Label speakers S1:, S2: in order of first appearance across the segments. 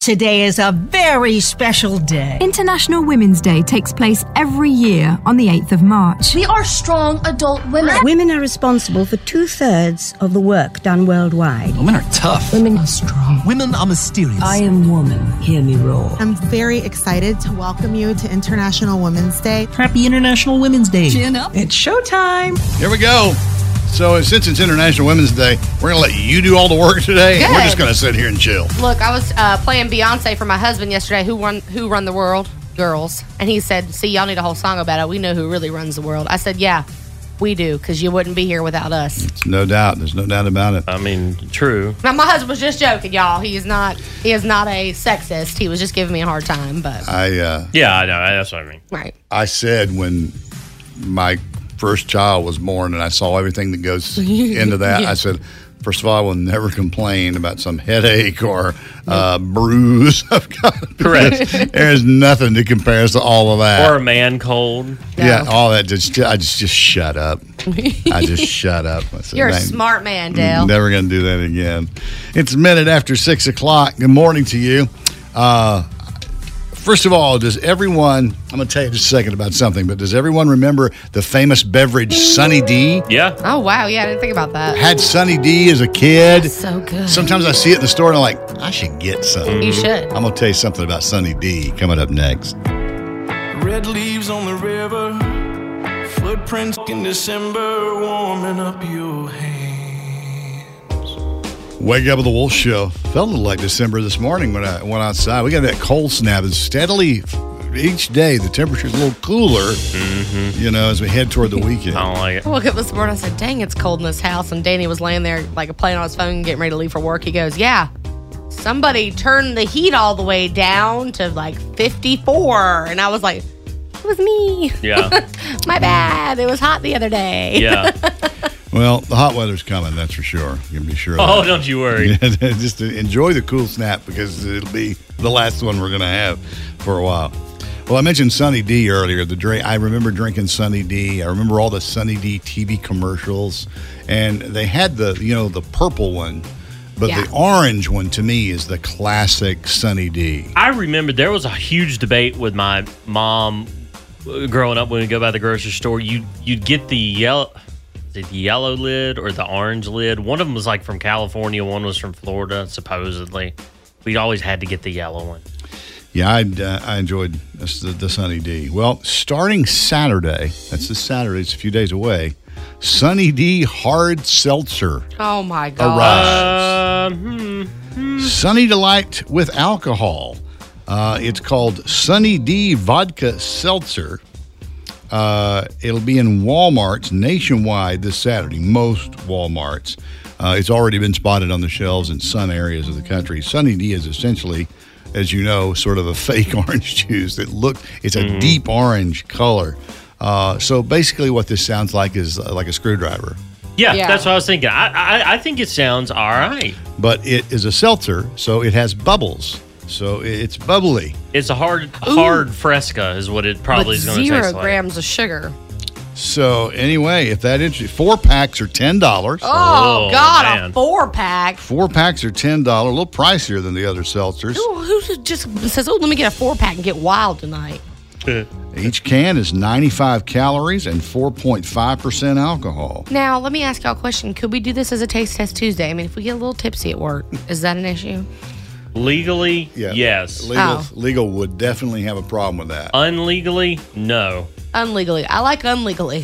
S1: Today is a very special day.
S2: International Women's Day takes place every year on the 8th of March.
S3: We are strong adult women.
S4: Women are responsible for two thirds of the work done worldwide.
S5: Women are tough.
S6: Women are strong.
S5: Women are mysterious.
S7: I am woman. Hear me roar.
S8: I'm very excited to welcome you to International Women's Day.
S1: Happy International Women's Day.
S9: Chin up.
S1: It's showtime.
S10: Here we go. So uh, since it's International Women's Day, we're gonna let you do all the work today. We're just gonna sit here and chill.
S11: Look, I was uh, playing Beyonce for my husband yesterday. Who run Who run the world? Girls. And he said, "See, y'all need a whole song about it. We know who really runs the world." I said, "Yeah, we do, because you wouldn't be here without us."
S10: It's no doubt. There's no doubt about it.
S12: I mean, true.
S11: Now, my husband was just joking, y'all. He is not. He is not a sexist. He was just giving me a hard time, but
S10: I. Uh,
S12: yeah, I know. That's what I mean.
S11: Right.
S10: I said when my first child was born and I saw everything that goes into that, yeah. I said, first of all, I will never complain about some headache or uh, bruise I've got.
S12: Correct.
S10: There's nothing to compare to all of that.
S12: Or a man cold.
S10: Yeah, no. all that. Just I just just shut up. I just shut up.
S11: Said, You're a smart man, Dale.
S10: Mm, Never going to do that again. It's a minute after six o'clock. Good morning to you. Uh, First of all, does everyone, I'm going to tell you just a second about something, but does everyone remember the famous beverage Sunny D?
S12: Yeah.
S11: Oh, wow. Yeah, I didn't think about that.
S10: Had Sunny D as a kid.
S11: That's so good.
S10: Sometimes I see it in the store and I'm like, I should get some.
S11: You should.
S10: I'm going to tell you something about Sunny D coming up next.
S13: Red leaves on the river, footprints in December, warming up your hands.
S10: Wake up with the Wolf Show. Felt a little like December this morning when I went outside. We got that cold snap. It's steadily each day the temperature's a little cooler. Mm-hmm. You know, as we head toward the weekend.
S12: I don't like it.
S11: I woke up this morning. I said, "Dang, it's cold in this house." And Danny was laying there like playing on his phone, getting ready to leave for work. He goes, "Yeah." Somebody turned the heat all the way down to like 54. And I was like, it was me.
S12: Yeah.
S11: My bad. It was hot the other day.
S12: Yeah.
S10: Well, the hot weather's coming, that's for sure. You can be sure.
S12: Oh, don't you worry.
S10: Just enjoy the cool snap because it'll be the last one we're going to have for a while. Well, I mentioned Sunny D earlier. The drink I remember drinking Sunny D. I remember all the Sunny D TV commercials, and they had the you know the purple one, but
S11: Yeah.
S10: the orange one to me is the classic Sunny D.
S12: I remember there was a huge debate with my mom uh, growing up when we go by the grocery store. You you'd get the yellow, is it the yellow lid or the orange lid? One of them was like from California. One was from Florida, supposedly. We always had to get the yellow one.
S10: Yeah, I, uh, I enjoyed this, the, the Sunny D. Well, starting Saturday, that's this Saturday, it's a few days away, Sunny D Hard Seltzer.
S11: Oh my god.
S12: Uh, hmm.
S10: Sunny Delight with alcohol. Uh, it's called Sunny D Vodka Seltzer. Uh, it'll be in Walmarts nationwide this Saturday, most Walmarts. Uh, it's already been spotted on the shelves in some areas of the country. Sunny D is essentially, as you know, sort of a fake orange juice that look. It's a deep orange color. Uh, so basically, what this sounds like is uh, like a screwdriver.
S12: Yeah,
S11: Yeah.
S12: that's what I was thinking. I, I I think it sounds all right.
S10: but it is a seltzer, so it has bubbles. So i- it's bubbly.
S12: It's a hard hard fresca is what it probably
S11: But
S12: is going to
S11: zero
S12: taste like.
S11: grams of sugar.
S10: So anyway, if that interests four packs are ten dollars.
S11: Oh,
S12: Oh,
S11: God,
S12: man.
S11: a four pack.
S10: Four packs are ten dollars, a little pricier than the other seltzers.
S11: Who, who just says, "Oh, let me get a four pack and get wild tonight"?
S10: Each can is 95 calories and 4.5% alcohol.
S11: Now, let me ask y'all a question. Could we do this as a taste test Tuesday? I mean, if we get a little tipsy at work, is that an issue?
S12: Legally,
S10: Yeah.
S12: yes.
S10: Legal,
S11: Oh.
S10: legal would definitely have a problem with that.
S12: Unlegally, no.
S11: Unlegally. I like unlegally.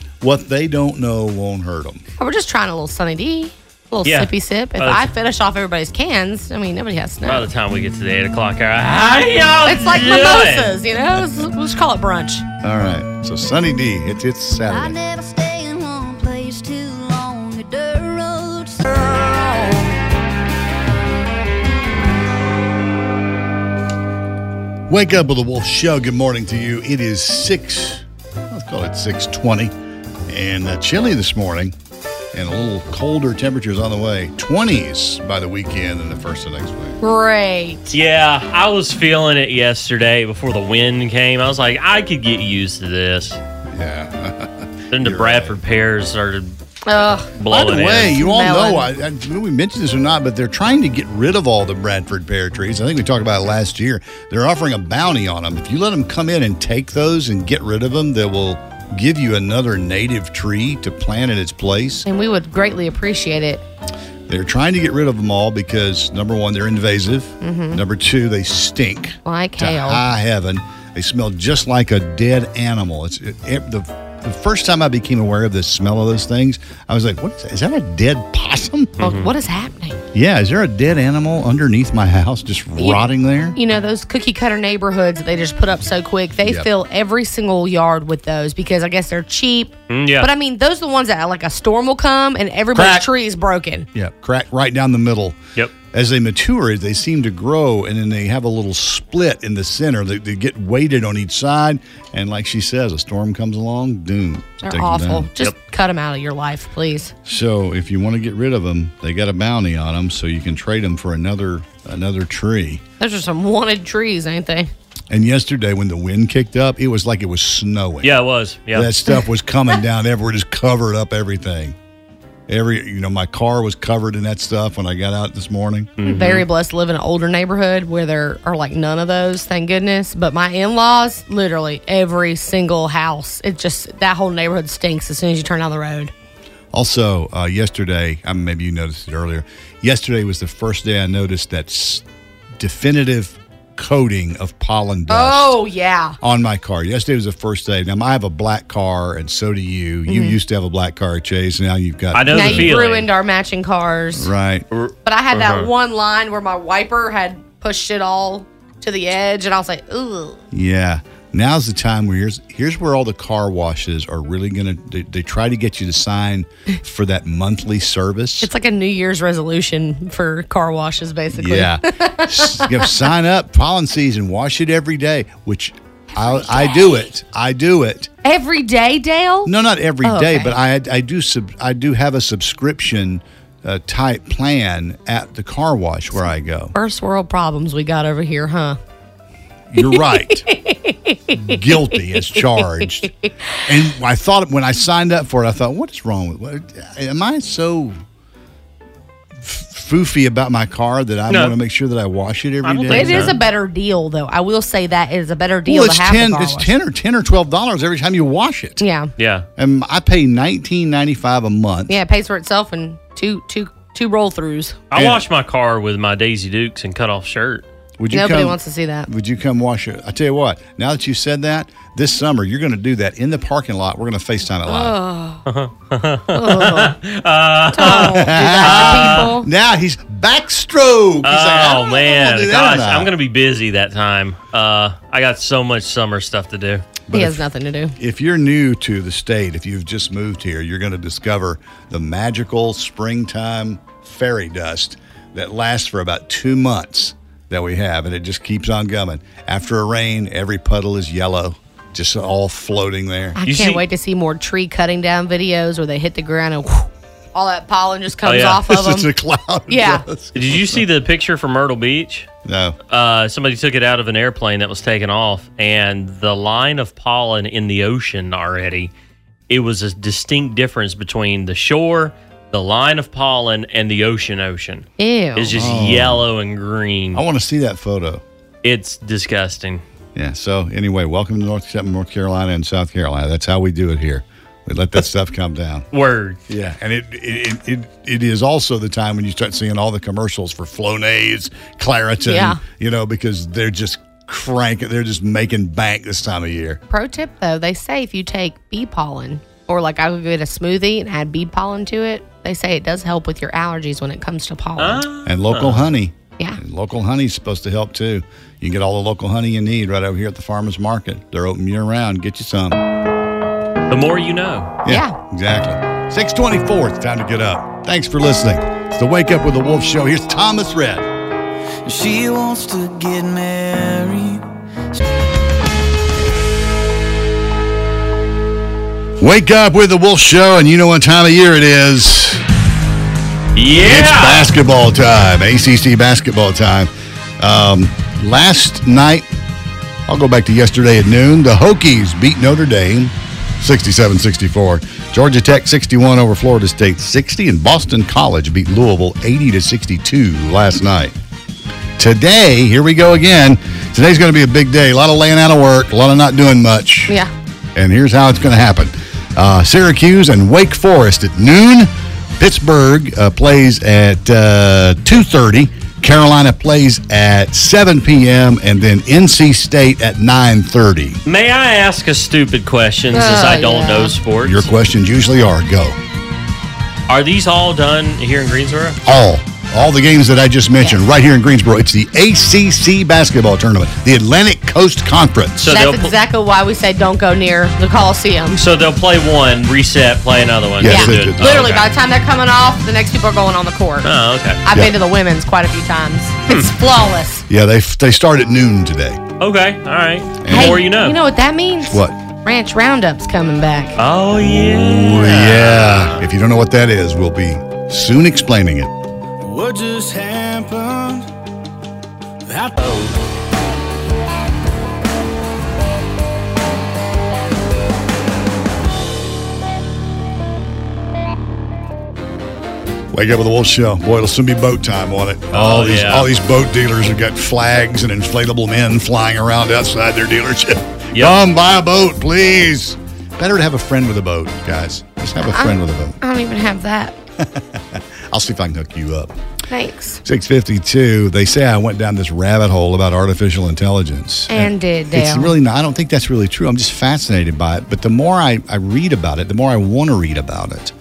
S12: Hmm.
S10: what they don't know won't hurt them.
S11: We're just trying a little Sunny D, a little
S12: Yeah.
S11: sippy sip. If
S12: Uh,
S11: I finish off everybody's cans, I mean, nobody has to
S12: By
S11: know.
S12: the time we get to the eight o'clock hour, how y'all
S11: it's like
S12: doing?
S11: mimosas, you know? It's- We'll just call it brunch.
S10: All right. So Sunny D, it's it's
S5: I
S10: Saturday.
S5: never stay in one place too long. The dirt roads so long.
S10: Wake up with the Wolf Show. Good morning to you. It is six. Let's call it six twenty, and uh, chilly this morning, and a little colder temperatures on the way. Twenties by the weekend and the first of next week.
S11: Great.
S12: Yeah, I was feeling it yesterday before the wind came. I was like, I could get used to this.
S10: Yeah.
S12: then the Bradford pears started
S11: Ugh.
S12: blowing.
S10: By the way,
S12: in.
S10: you all know I, I don't know if we mentioned this or not, but they're trying to get rid of all the Bradford pear trees. I think we talked about it last year. They're offering a bounty on them. If you let them come in and take those and get rid of them, they will give you another native tree to plant in its place.
S11: And we would greatly appreciate it.
S10: They're trying to get rid of them all because number one, they're invasive.
S11: Mhm.
S10: Number two, they stink
S11: Like
S10: to
S11: hell.
S10: high heaven. They smell just like a dead animal. It's it, it- the the first time I became aware of the smell of those things, I was like, "What is that? Is that a dead possum?
S11: Well, what is happening?
S10: Yeah, is there a dead animal underneath my house just
S11: You-
S10: rotting there?
S11: You know, those cookie cutter neighborhoods that they just put up so quick, they
S10: Yep.
S11: fill every single yard with those because I guess they're cheap.
S10: Mm, yeah.
S11: But I mean, those are the ones that like a storm will come and everybody's
S10: Crack.
S11: tree is broken.
S10: Yeah, crack right down the middle.
S12: Yep.
S10: As they mature, they seem to grow, and then they have a little split in the center. They, they get weighted on each side, and like she says, a storm comes along, doom.
S11: They're
S10: take 'em
S11: awful.
S10: down.
S11: Just cut them out of your life, please.
S10: So if you want to get rid of them, they got a bounty on them, so you can trade them for another another tree.
S11: Those are some wanted trees, ain't they?
S10: And yesterday, when the wind kicked up, it was like it was snowing.
S12: Yeah, it was. Yeah.
S10: That stuff was coming down everywhere, just covered up everything. Every, you know, my car was covered in that stuff when I got out this morning.
S11: Very blessed to live in an older neighborhood where there are like none of those, thank goodness. But my in laws, literally every single house, it just, that whole neighborhood stinks as soon as you turn down the road.
S10: Also, uh, yesterday, I mean, maybe you noticed it earlier. Yesterday was the first day I noticed that s- definitive coating of pollen dust
S11: Oh, yeah.
S10: on my car. Yesterday was the first day. Now I have a black car, and so do you. You
S11: Mhm.
S10: used to have a black car, Chase. Now you've got.
S11: now you ruined our matching cars.
S10: Right.
S11: But I had that
S10: Uh-huh.
S11: one line where my wiper had pushed it all to the edge, and I was like, ooh.
S10: Yeah. Now's the time where here's here's where all the car washes are really gonna. They, they try to get you to sign for that monthly service.
S11: It's like a New Year's resolution for car washes, basically.
S10: Yeah. you know, sign up, pollen season, wash it every day, which I, I do it. I do it.
S11: Every day, Dale?
S10: No, not every day,
S11: Oh, okay.
S10: but I I do sub, I do have a subscription uh, type plan at the car wash where I go.
S11: First world problems we got over here, huh?
S10: You're right. Guilty as charged. And I thought when I signed up for it, I thought, what is wrong with? What, am I so f- foofy about my car that I
S11: No.
S10: want to make sure that I wash it every day?
S11: It is a better deal, though. I will say that it is a better deal
S10: Well, it's
S11: to have
S10: ten.
S11: the car
S10: It's
S11: wash.
S10: ten or ten or twelve dollars every time you wash it.
S11: Yeah.
S12: Yeah.
S10: And I pay nineteen ninety five a month.
S11: Yeah, it pays for itself in two two two roll throughs.
S12: I washed my car with my Daisy Dukes and cut off shirt.
S10: Would you
S11: Nobody
S10: come-
S11: wants to see that.
S10: Would you come wash it? I tell you what. Now that you said that, this summer you're going to do that in the parking lot. We're going to Facetime it live.
S11: Oh.
S10: now he's backstroke. He's like, I
S12: oh
S10: don't know if I wanna
S12: man,
S10: do that or
S12: gosh,
S10: not.
S12: I'm gonna be busy that time. Uh, I got so much summer stuff to do.
S10: But
S11: he
S10: if-
S11: has nothing to do.
S10: If you're new to the state, if you've just moved here, you're going to discover the magical springtime fairy dust that lasts for about two months that we have, and it just keeps on coming. After a rain, every puddle is yellow, just all floating there.
S11: I can't wait to see more tree cutting down videos where they hit the ground and whoosh, all that pollen just comes
S12: Oh, yeah.
S11: off of them.
S10: cloud.
S11: Yeah.
S12: Did you see the picture from Myrtle Beach?
S10: No.
S12: Uh, somebody took it out of an airplane that was taken off, and the line of pollen in the ocean already. It was a distinct difference between the shore, the line of pollen, and the ocean. Ocean.
S11: Ew.
S12: It's just
S10: Oh.
S12: yellow and green.
S10: I want to see that photo.
S12: It's disgusting.
S10: Yeah. So anyway, welcome to North, North Carolina and South Carolina. That's how we do it here. We let that stuff come down.
S12: Word.
S10: Yeah, and it it, it it is also the time when you start seeing all the commercials for Flonase, Claritin.
S11: Yeah.
S10: You know, because they're just cranking. They're just making bank this time of year.
S11: Pro tip though, they say if you take bee pollen or like I would get a smoothie and add bee pollen to it, they say it does help with your allergies when it comes to pollen.
S10: And local honey.
S11: Yeah.
S10: And local honey's supposed to help too. You can get all the local honey you need right over here at the farmers market. They're open year round. Get you some.
S12: The more you know.
S11: Yeah.
S10: Exactly. 624, it's time to get up. Thanks for listening. It's the Wake Up with the Wolf show. Here's Thomas Red.
S13: She wants to get married.
S10: Wake up with the Wolf show, and you know what time of year it is. It's basketball time, ACC basketball time. Um, last night, I'll go back to yesterday at noon. The Hokies beat Notre Dame 67 64. Georgia Tech 61 over Florida State 60. And Boston College beat Louisville 80 to 62 last night. Today, here we go again. Today's going to be a big day. A lot of laying out of work, a lot of not doing much.
S11: Yeah.
S10: And here's how it's going to happen uh, Syracuse and Wake Forest at noon. Pittsburgh uh, plays at uh, 2.30. Carolina plays at 7 p.m. And then NC State at 9.30.
S12: May I ask a stupid question since
S10: Oh,
S12: I don't
S10: yeah.
S12: know sports?
S10: Your questions usually are go.
S12: Are these all done here in Greensboro?
S10: All. All the games that I just mentioned right here in Greensboro. It's the ACC basketball tournament, the Atlantic Coast Conference.
S12: So they'll
S11: That's
S12: pl-
S11: exactly why we say don't go near the Coliseum.
S12: So they'll play one, reset, play another one.
S10: Yes,
S12: They'll
S10: they
S12: do it.
S10: do.
S12: Oh,
S11: Literally, by
S12: okay.
S11: the time they're coming off, the next people are going on the court.
S12: Oh, okay.
S11: I've been to the women's quite a few times.
S12: Hmm.
S11: It's flawless.
S10: Yeah, they, they start at noon today.
S12: Okay, all right. The more you know.
S11: You know what that means?
S10: What?
S11: Ranch Roundup's coming back.
S12: Oh, yeah.
S10: Oh, yeah. If you don't know what that is, we'll be soon explaining it.
S13: What just happened? That oh.
S10: Wake up with the Wolf Show. Boy, it'll soon be boat time on
S13: Oh,
S10: it. all these
S12: yeah.
S10: all these boat dealers have got flags and inflatable men flying around outside their dealership. Come buy a boat, please. Better to have a friend with a boat, guys. Just have a
S11: Uh-uh.
S10: friend with a boat.
S11: I don't even have that.
S10: I'll see if I can hook you up.
S11: Thanks.
S10: 652. They say I went down this rabbit hole about artificial intelligence.
S11: And did
S10: It's
S11: Dale.
S10: really not. I don't think that's really true. I'm just fascinated by it. But the more I, I read about it, the more I want to read about it,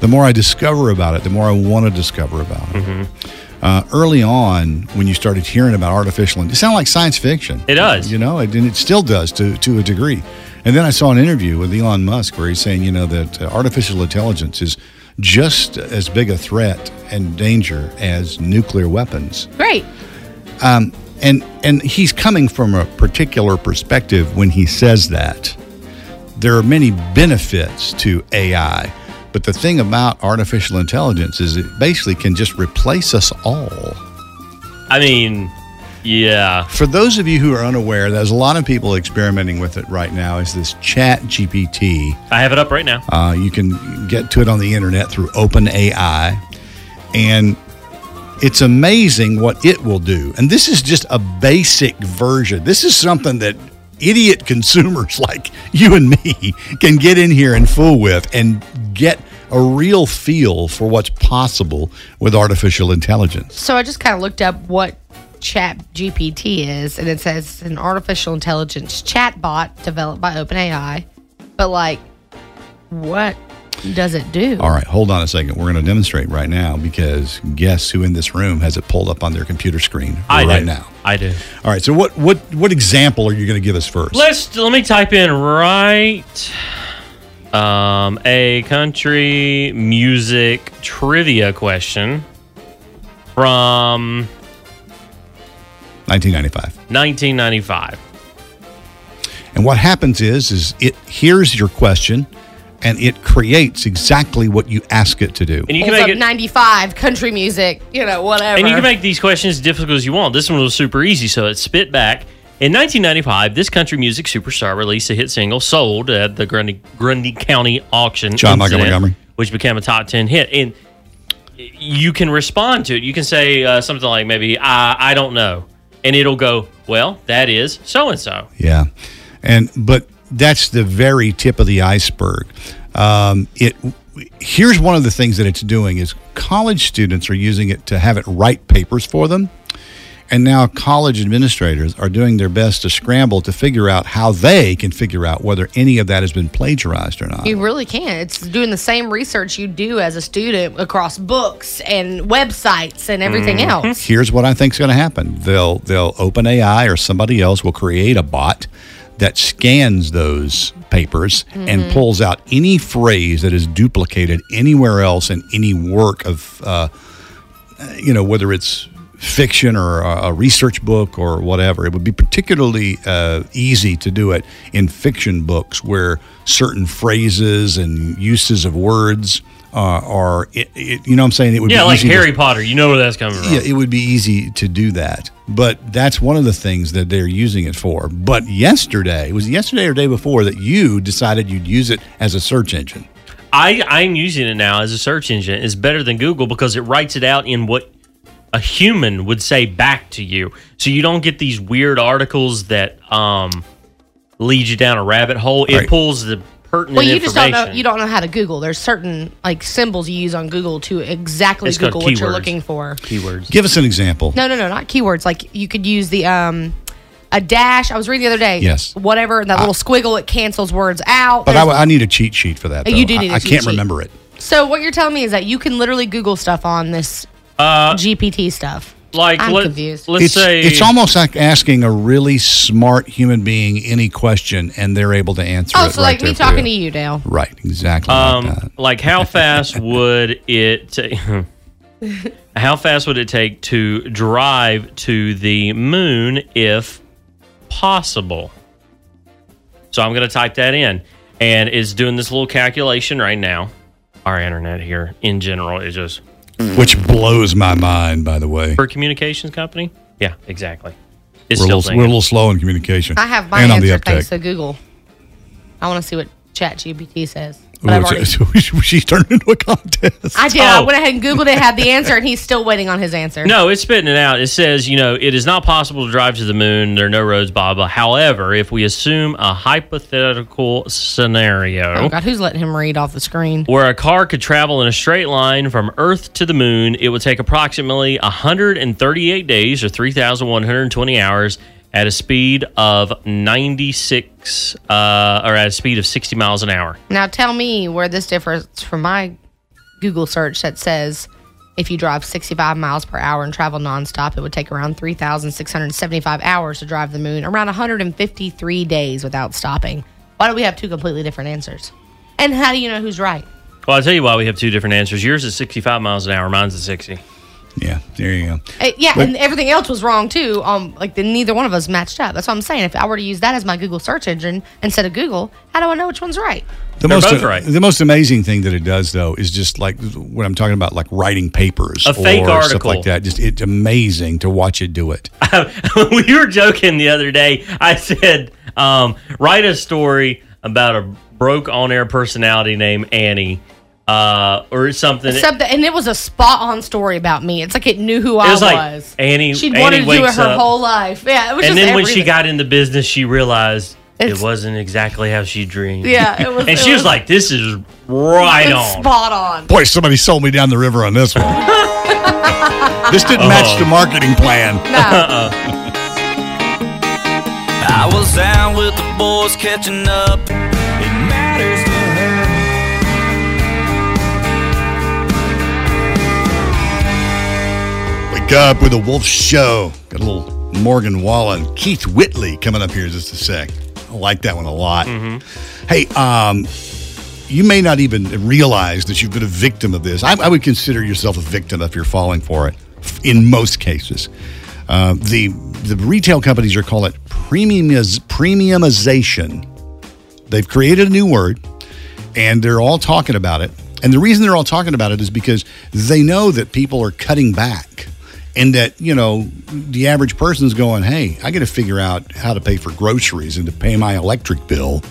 S10: the more I discover about it, the more I want to discover about it.
S11: Mm-hmm.
S10: Uh, early on, when you started hearing about artificial, it sounded like science fiction.
S12: It does.
S10: You know, it, and it still does to to a degree. And then I saw an interview with Elon Musk where he's saying, you know, that uh, artificial intelligence is just as big a threat and danger as nuclear weapons
S11: Great.
S10: um, and and he's coming from a particular perspective when he says that. There are many benefits to AI, but the thing about artificial intelligence is it basically can just replace us all.
S12: I mean, yeah.
S10: For those of you who are unaware, there's a lot of people experimenting with it right now. Is this Chat GPT?
S12: I have it up right now.
S10: Uh, you can get to it on the internet through OpenAI. And it's amazing what it will do. And this is just a basic version. This is something that idiot consumers like you and me can get in here and fool with and get a real feel for what's possible with artificial intelligence.
S11: So I just kind of looked up what Chat GPT is, and it says an artificial intelligence chatbot developed by OpenAI. But like, what does it do?
S10: All right, hold on a second. We're going to demonstrate right now because guess who in this room has it pulled up on their computer screen
S12: I
S10: right
S12: do.
S10: now?
S12: I do.
S10: All right, so what what what example are you going to give us first?
S12: Let's let me type in right um a country music trivia question from
S10: 1995.
S12: 1995.
S10: And what happens is is it hears your question and it creates exactly what you ask it to do.
S12: And you can
S11: Pulls
S12: make
S11: up
S12: it
S11: 95 country music, you know, whatever.
S12: And you can make these questions as difficult as you want. This one was super easy, so it spit back. In 1995, this country music superstar released a hit single sold at the Grundy, Grundy County auction,
S10: John Michael
S12: incident,
S10: Montgomery.
S12: which became a top 10 hit. And you can respond to it. You can say uh, something like maybe, I, I don't know. and it'll go, well, that is so and so.
S10: Yeah, and but that's the very tip of the iceberg. Um, it here's one of the things that it's doing is college students are using it to have it write papers for them, and now college administrators are doing their best to scramble to figure out how they can figure out whether any of that has been plagiarized or not.
S11: You really can. It's doing the same research you do as a student across books and websites and everything
S12: Mm-hmm.
S10: Mhm.
S11: else.
S10: Here's what I think is going to happen. They'll they'll open AI or somebody else will create a bot that scans those papers and
S6: Mhm.
S10: pulls out any phrase that is duplicated anywhere else in any work of uh, you know whether it's fiction or a a research book or whatever. It would be particularly uh, easy to do it in fiction books where certain phrases and uses of words. Uh, are it, it, you know what I'm saying? It would
S12: yeah,
S10: be
S12: like
S10: easy to-
S12: Harry Potter. You know where that's coming from.
S10: yeah, it would be easy to do that. But that's one of the things that they're using it for. But yesterday, was it yesterday or day before that you decided you'd use it as a search engine?
S12: I, I'm using it now as a search engine. It's better than Google because it writes it out in what a human would say back to you. So you don't get these weird articles that um, lead you down a rabbit hole. It
S10: Right.
S12: pulls the pertinent
S11: Well, you just
S12: information.
S11: don't know. You don't know how to Google. There's certain like symbols you use on Google to exactly
S12: It's called
S11: Google what you're
S12: keywords.
S11: looking for.
S12: Keywords.
S10: Give us an example.
S11: No, no, no, not keywords. Like you could use the um a dash. I was reading the other day.
S10: Yes.
S11: Whatever that little squiggle it cancels words out.
S10: But I,
S11: There's-
S10: I need a cheat sheet for that. Though.
S11: You do need
S10: I,
S11: a
S10: I
S11: cheat
S10: can't
S11: sheet.
S10: remember it.
S11: so what you're telling me is that you can literally Google stuff on this
S12: uh,
S11: GPT stuff.
S12: Like
S11: I'm
S12: let,
S11: confused.
S12: let's
S10: it's,
S12: say
S10: it's almost like asking a really smart human being any question, and they're able to answer
S11: Oh,
S10: it.
S11: so
S10: right
S11: like me
S10: there for
S11: talking to you, Dale.
S10: Right, exactly.
S12: um, like how fast would it take? how fast would it take to drive to the moon if possible? So I'm going to type that in, and it's doing this little calculation right now. Our internet here in general is just
S10: Which blows my mind, by the way.
S12: for a communications company. Yeah, exactly. It's
S10: we're, a
S12: still
S10: little, we're a
S12: thinking.
S10: little slow in communication.
S11: I have my
S10: and on the
S11: answer
S10: uptake.
S11: thanks to Google. I want to see what Chat GPT says. But I've
S10: Ooh,
S11: already-
S10: so- so she's turned into a contest.
S11: I did. I went ahead and Googled it, had the answer, and he's still waiting on his answer.
S12: No, it's spitting it out. It says, you know, it is not possible to drive to the moon. There are no roads, blah, blah. However, if we assume a hypothetical
S11: Oh
S12: scenario
S11: God, who's letting him read off the screen?
S12: where a car could travel in a straight line from Earth to the moon, it would take approximately 138 days or 3,120 hours at a speed of 96 uh, or at a speed of 60 miles an hour.
S11: Now tell me where this differs from my Google search that says if you drive 65 miles per hour and travel nonstop, it would take around 3,675 hours to drive the moon, around 153 days without stopping. Why do we have two completely different answers? And how do you know who's right?
S12: Well, I'll tell you why we have two different answers. Yours is 65 miles an hour, mine's is 60.
S10: Yeah, there you go.
S11: Uh, yeah,
S10: But-
S11: and everything else was wrong too. Um, like the, neither one of us matched up. That's what I'm saying. If I were to use that as my Google search engine instead of Google, how do I know which one's right?
S10: The
S12: They're
S10: most, uh,
S12: both right.
S10: the most amazing thing that it does, though, is just like what I'm talking about, like writing papers,
S12: A fake
S10: or stuff
S12: article.
S10: like that. Just it's amazing to watch it do it.
S12: we were joking the other day. I said, um, write a story about a broke on air personality named Annie uh, or something.
S11: Something, and it was a spot on story about me. It's like it knew who
S12: it
S11: I was.
S12: was like Annie.
S11: She'd
S12: Annie
S11: wanted to do it
S12: wakes
S11: her
S12: up,
S11: whole life. Yeah, it was
S12: And
S11: just
S12: then when she
S11: everything.
S12: got in the business, she realized
S11: It's-
S12: it wasn't exactly how she dreamed.
S11: Yeah, it was- it
S12: and she was,
S11: was-
S12: like, this is right
S11: It's
S12: on.
S11: spot on.
S10: Boy, somebody sold me down the river on this one. this didn't match
S12: Oh.
S10: the marketing plan.
S13: I was down with the boys catching up. It matters to her.
S10: Wake up with a Wolf Show. Got a little Morgan Wallen, Keith Whitley coming up here just a sec. I like that one a lot. Hey, um, you may not even realize that you've been a victim of this. I, I would consider yourself a victim if you're falling for it. f- In most cases, uh, the the retail companies are call it premiumiz, premiumization. They've created a new word, and they're all talking about it. And the reason they're all talking about it is because they know that people are cutting back and that you know the average person's going hey i got to figure out how to pay for groceries and to pay my electric bill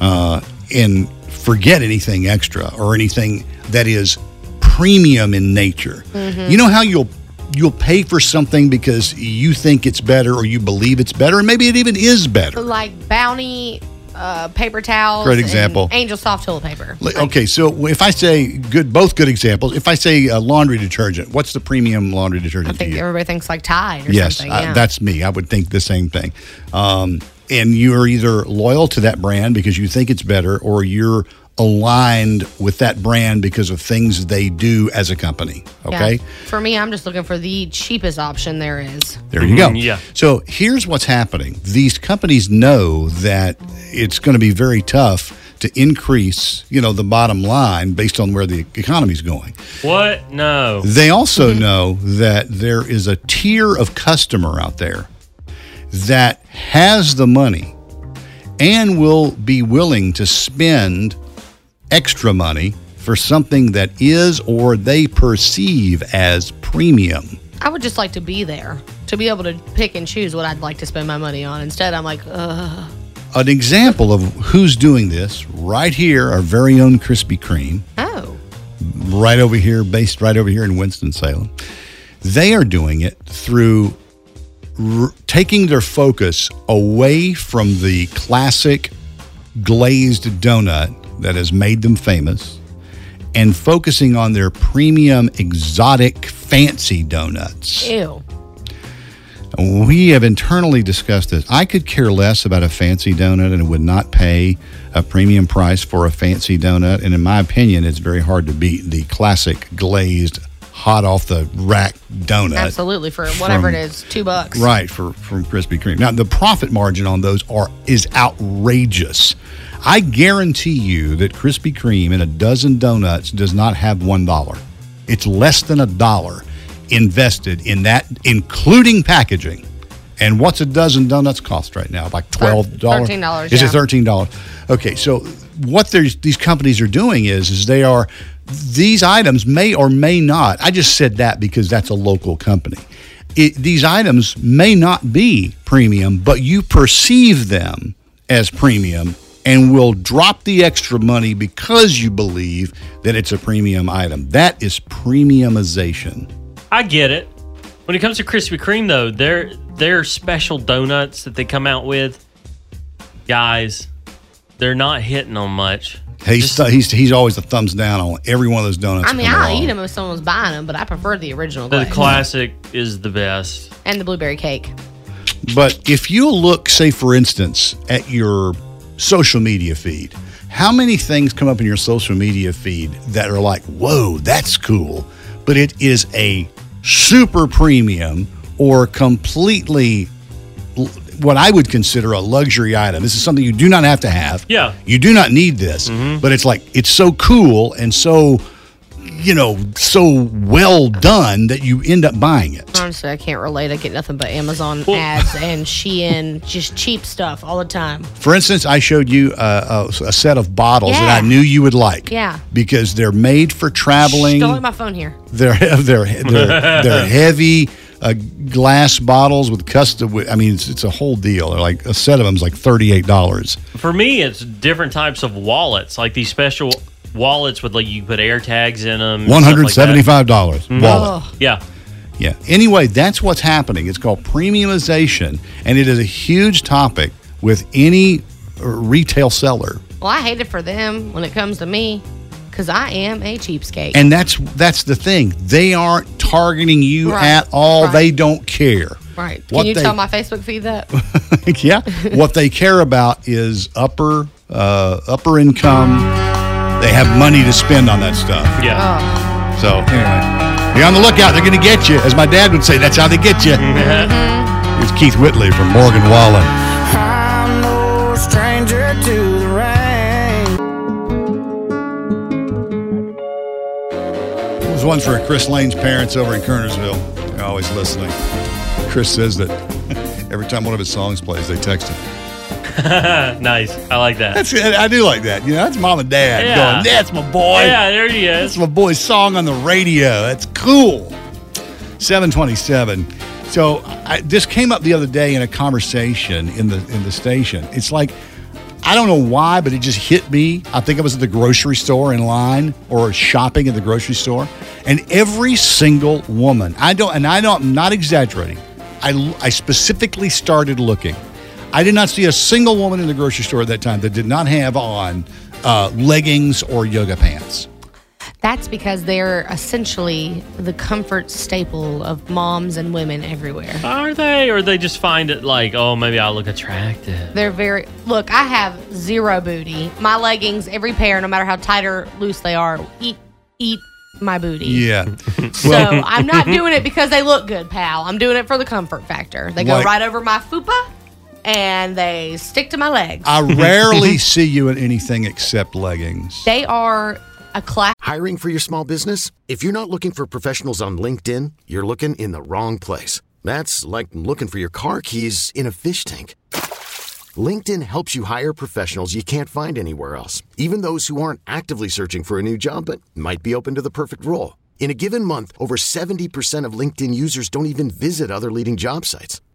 S10: uh, and forget anything extra or anything that is premium in nature
S9: Mhm.
S10: you know how you'll you'll pay for something because you think it's better or you believe it's better, and maybe it even is better.
S11: Like Bounty uh, paper towels.
S10: Great example.
S11: and Angel soft toilet paper.
S10: Like, okay, so if I say good, both good examples. If I say uh, laundry detergent, what's the premium laundry
S11: I
S10: detergent? to
S11: think
S10: you?
S11: everybody thinks like Tide or
S10: yes,
S11: something.
S10: I-
S11: yeah.
S10: that's me. I would think the same thing. Um, and you're either loyal to that brand because you think it's better, or you're aligned with that brand because of things they do as a company.
S11: Yeah.
S10: Okay.
S11: For me, I'm just looking for the cheapest option there is.
S10: There you go.
S12: Mhm, yeah.
S10: So here's what's happening. These companies know that it's going to be very tough to increase, you know, the bottom line based on where the economy's going.
S12: What? No.
S10: They also know that there is a tier of customer out there that has the money and will be willing to spend extra money for something that is or they perceive as premium.
S11: I would just like to be there to be able to pick and choose what I'd like to spend my money on. Instead, I'm like, uh, ugh.
S10: An example of who's doing this right here, our very own Krispy Kreme,
S11: Oh.
S10: right over here, based right over here in Winston-Salem. They are doing it through r- taking their focus away from the classic glazed donut that has made them famous and focusing on their premium, exotic, fancy donuts.
S11: Ew.
S10: We have internally discussed this. I could care less about a fancy donut and would not pay a premium price for a fancy donut. And in my opinion, it's very hard to beat the classic glazed, hot off the rack donut.
S11: Absolutely. For whatever
S10: from-
S11: it is, two bucks.
S10: Right for from Krispy Kreme. Now the profit margin on those are is outrageous. I guarantee you that Krispy Kreme in a dozen donuts does not have one dollar. It's less than a dollar invested in that, including packaging. And what's a dozen donuts cost right now? Like twelve dollars.
S11: $13,
S10: Is it
S11: yeah.
S10: thirteen dollars? Okay, so what there's, these companies are doing is is they are these items may or may not. I just said that because that's a local company. It, these items may not be premium, but you perceive them as premium and will drop the extra money because you believe that it's a premium item. That is premiumization.
S12: I get it. When it comes to Krispy Kreme, though, their their special donuts that they come out with, guys, they're not hitting on much.
S10: He's, he's, he's always a thumbs down on every one of those donuts.
S11: I mean,
S10: that come
S11: I'll
S10: along.
S11: eat them if someone's buying them, but I prefer the original.
S12: The
S11: glaze.
S12: classic is the best.
S11: And the blueberry cake.
S10: But if you look, say, for instance, at your social media feed, how many things come up in your social media feed that are like, whoa, that's cool, but it is a super premium or completely l- what I would consider a luxury item? This is something you do not have to have.
S12: Yeah.
S10: You do not need this, but it's like, it's so cool and so, you know, so well done that you end up buying it.
S11: Honestly, I can't relate. I get nothing but Amazon ads and Shein, just cheap stuff all the time.
S10: For instance, I showed you uh, a, a set of bottles that I
S11: Yeah.
S10: knew you would like.
S11: Yeah.
S10: Because they're made for traveling.
S11: Don't let my phone here.
S10: they're, they're they're they're heavy uh, glass bottles with custom. wi- I mean, it's, it's a whole deal. They're like a set of them's like thirty eight dollars.
S12: For me, it's different types of wallets, like these special wallets with like you put air tags in them.
S10: One hundred seventy five dollars
S11: Oh.
S10: wallet.
S12: Yeah.
S10: Yeah. Anyway, that's what's happening. It's called premiumization, and it is a huge topic with any uh, retail seller.
S11: Well, I hate it for them when it comes to me because I am a cheapskate.
S10: And that's that's the thing. They aren't targeting you
S11: Right,
S10: at all.
S11: right.
S10: They don't care.
S11: right. Can
S10: what
S11: you
S10: they-
S11: tell my Facebook feed that?
S10: yeah. what they care about is upper uh, upper income. They have money to spend on that stuff.
S12: Yeah.
S10: So anyway, be on the lookout. They're going to get you, as my dad would say. That's how they get you. It's Keith Whitley from Morgan Wallen.
S13: I'm no stranger to the rain.
S10: It was one for Chris Lane's parents over in Kernersville. They're always listening. Chris says that every time one of his songs plays, they text him.
S12: nice. I like that.
S10: That's I do like that. You know, that's mom and dad
S12: Yeah.
S10: going, "That's my boy."
S12: yeah, there he is.
S10: That's my boy's song on the radio. That's cool. 727. So I, this came up the other day in a conversation in the in the station. It's like I don't know why, but it just hit me. I think I was at the grocery store in line or shopping at the grocery store, and every single woman, I don't, and I don't, I'm not exaggerating. I, I specifically started looking. I did not see a single woman in the grocery store at that time that did not have on uh, leggings or yoga pants.
S11: That's because they're essentially the comfort staple of moms and women everywhere.
S12: Are they? Or they just find it like, oh, maybe I look attractive.
S11: They're very. Look, I have zero booty. My leggings, every pair, no matter how tight or loose they are, eat, eat my booty.
S10: Yeah.
S11: so I'm not doing it because they look good, pal. I'm doing it for the comfort factor. They go
S10: Like-
S11: right over my fupa and they stick to my legs.
S10: I rarely see you in anything except leggings.
S11: They are a class.
S14: Hiring for your small business? If you're not looking for professionals on LinkedIn, you're looking in the wrong place. That's like looking for your car keys in a fish tank. LinkedIn helps you hire professionals you can't find anywhere else, even those who aren't actively searching for a new job but might be open to the perfect role. In a given month, over 70% of LinkedIn users don't even visit other leading job sites.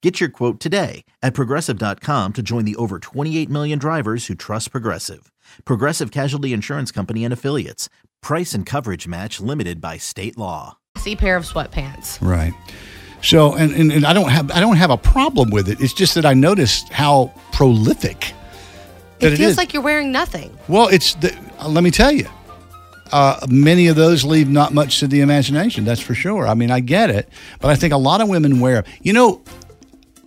S15: Get your quote today at progressive.com to join the over 28 million drivers who trust Progressive. Progressive Casualty Insurance Company and Affiliates. Price and coverage match limited by state law.
S11: See pair of sweatpants.
S10: Right. So, and, and, and I don't have I don't have a problem with it. It's just that I noticed how prolific that
S11: It
S10: is.
S11: feels like you're wearing nothing.
S10: well, it's the, uh, let me tell you, uh, many of those leave not much to the imagination. That's for sure. I mean, I get it, but I think a lot of women wear. You know,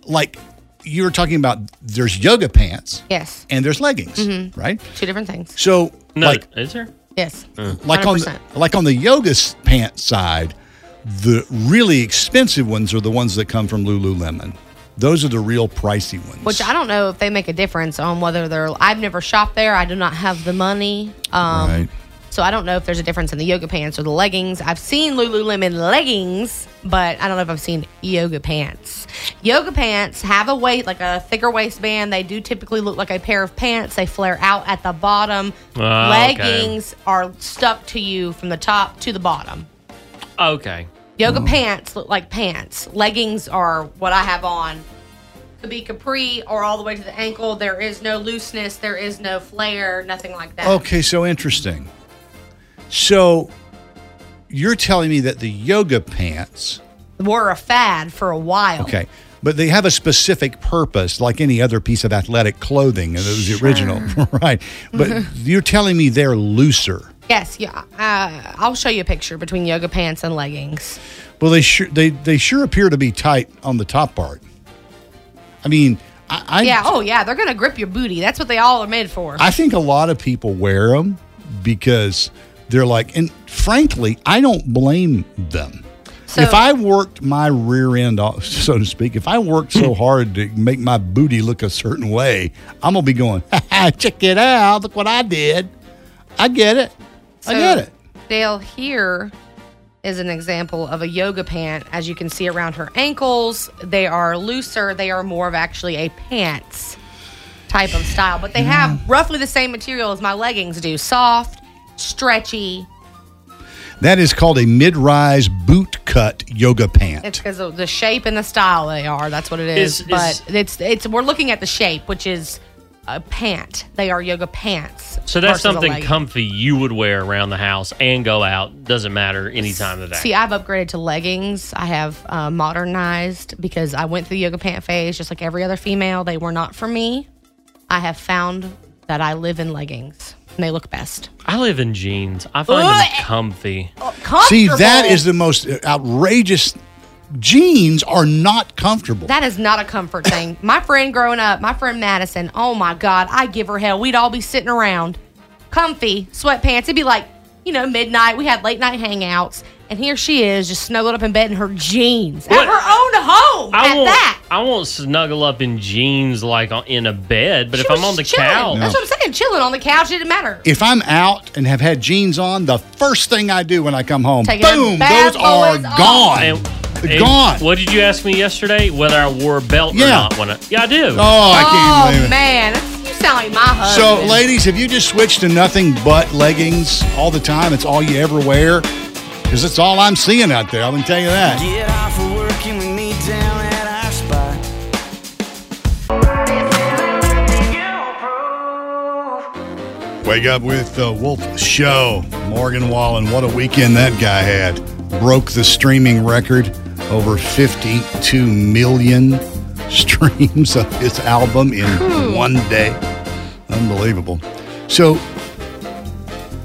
S10: like you were talking about. There's yoga pants
S11: Yes.
S10: and there's leggings,
S11: Mhm.
S10: right?
S11: Two different things.
S10: So,
S12: No,
S10: like
S12: is there?
S11: Yes.
S10: like on
S11: 100%.
S10: like on the yoga s- pants side, the really expensive ones are the ones that come from Lululemon. Those are the real pricey ones.
S11: Which I don't know if they make a difference on whether they're. I've never shopped there. I do not have the money. Um,
S10: Right.
S11: So I don't know if there's a difference in the yoga pants or the leggings. I've seen Lululemon leggings, but I don't know if I've seen yoga pants. Yoga pants have a weight, like a thicker waistband. They do typically look like a pair of pants. They flare out at the bottom.
S12: Ah, okay.
S11: leggings are stuck to you from the top to the bottom.
S12: Okay.
S11: Yoga
S10: Mm.
S11: pants look like pants. Leggings are what I have on. Could be capri or all the way to the ankle. There is no looseness. There is no flare. Nothing like that.
S10: Okay, so interesting. So you're telling me that the yoga pants,
S11: Were a fad for a while.
S10: okay, but they have a specific purpose, like any other piece of athletic clothing, and it was the original, right? But you're telling me they're looser.
S11: Yes. Yeah. Uh, I'll show you a picture between yoga pants and leggings.
S10: Well, they sure they they sure appear to be tight on the top part. I mean, I, I
S11: yeah. Oh, yeah. They're gonna grip your booty. That's what they all are made for.
S10: I think a lot of people wear them because they're like, and frankly, I don't blame them.
S11: So-
S10: if I worked my rear end off, so to speak, if I worked so hard to make my booty look a certain way, I'm gonna be going, "Ha, ha, check it out, look what I did. I get it. I
S11: So,
S10: get it.
S11: Dale, here is an example of a yoga pant. As you can see around her ankles, they are looser. They are more of actually a pants type of style, but they have roughly the same material as my leggings do soft, stretchy.
S10: That is called a mid-rise boot cut yoga pant.
S11: It's because of the shape and the style they are. That's what it is.
S10: Is- is-
S11: but it's, it's, we're looking at the shape, which is a pant. They are yoga pants.
S12: So that's
S11: versus a
S12: something
S11: legging.
S12: comfy you would wear around the house and go out. Doesn't matter any time of
S11: See,
S12: day.
S11: I've upgraded to leggings. I have uh, modernized because I went through the yoga pant phase just like every other female. They were not for me. I have found that I live in leggings and they look best.
S12: I live in jeans. I find them comfy.
S10: See, that is the most uh, outrageous. Jeans are not comfortable.
S11: That is not a comfort thing. My friend growing up, my friend Madison, oh my God, I give her hell. We'd all be sitting around, comfy, sweatpants. It'd be like, you know, midnight. We had late night hangouts. And here she is just snuggled up in bed in her jeans at
S12: What?
S11: her own home.
S12: I
S11: at
S12: won't,
S11: that.
S12: I won't snuggle up in jeans like on- in a bed, but
S11: She
S12: if I'm
S11: was
S12: on the
S11: chilling.
S12: couch,
S11: That's what I'm saying. Chilling on the couch, it didn't matter.
S10: If I'm out and have had jeans on, the first thing I do when I come home,
S11: Take them
S10: boom,
S11: bad
S10: those are
S11: boys off.
S10: gone.
S12: And- and
S10: gone.
S12: What did you ask me yesterday? Whether I wore a belt or
S10: Yeah.
S12: not? When I, yeah, I do.
S10: Oh, I can't believe it.
S11: Oh, man. That's- You sound like my husband.
S10: So, ladies, have you just switched to nothing but leggings all the time? It's all you ever wear? Because it's all I'm seeing out there. I can tell you that.
S13: Get off of work and we meet down at our spot.
S10: Wake up with the Wolf Show. Morgan Wallen, what a weekend that guy had. Broke the streaming record. Over 52 million streams of his album in one day. Unbelievable. So,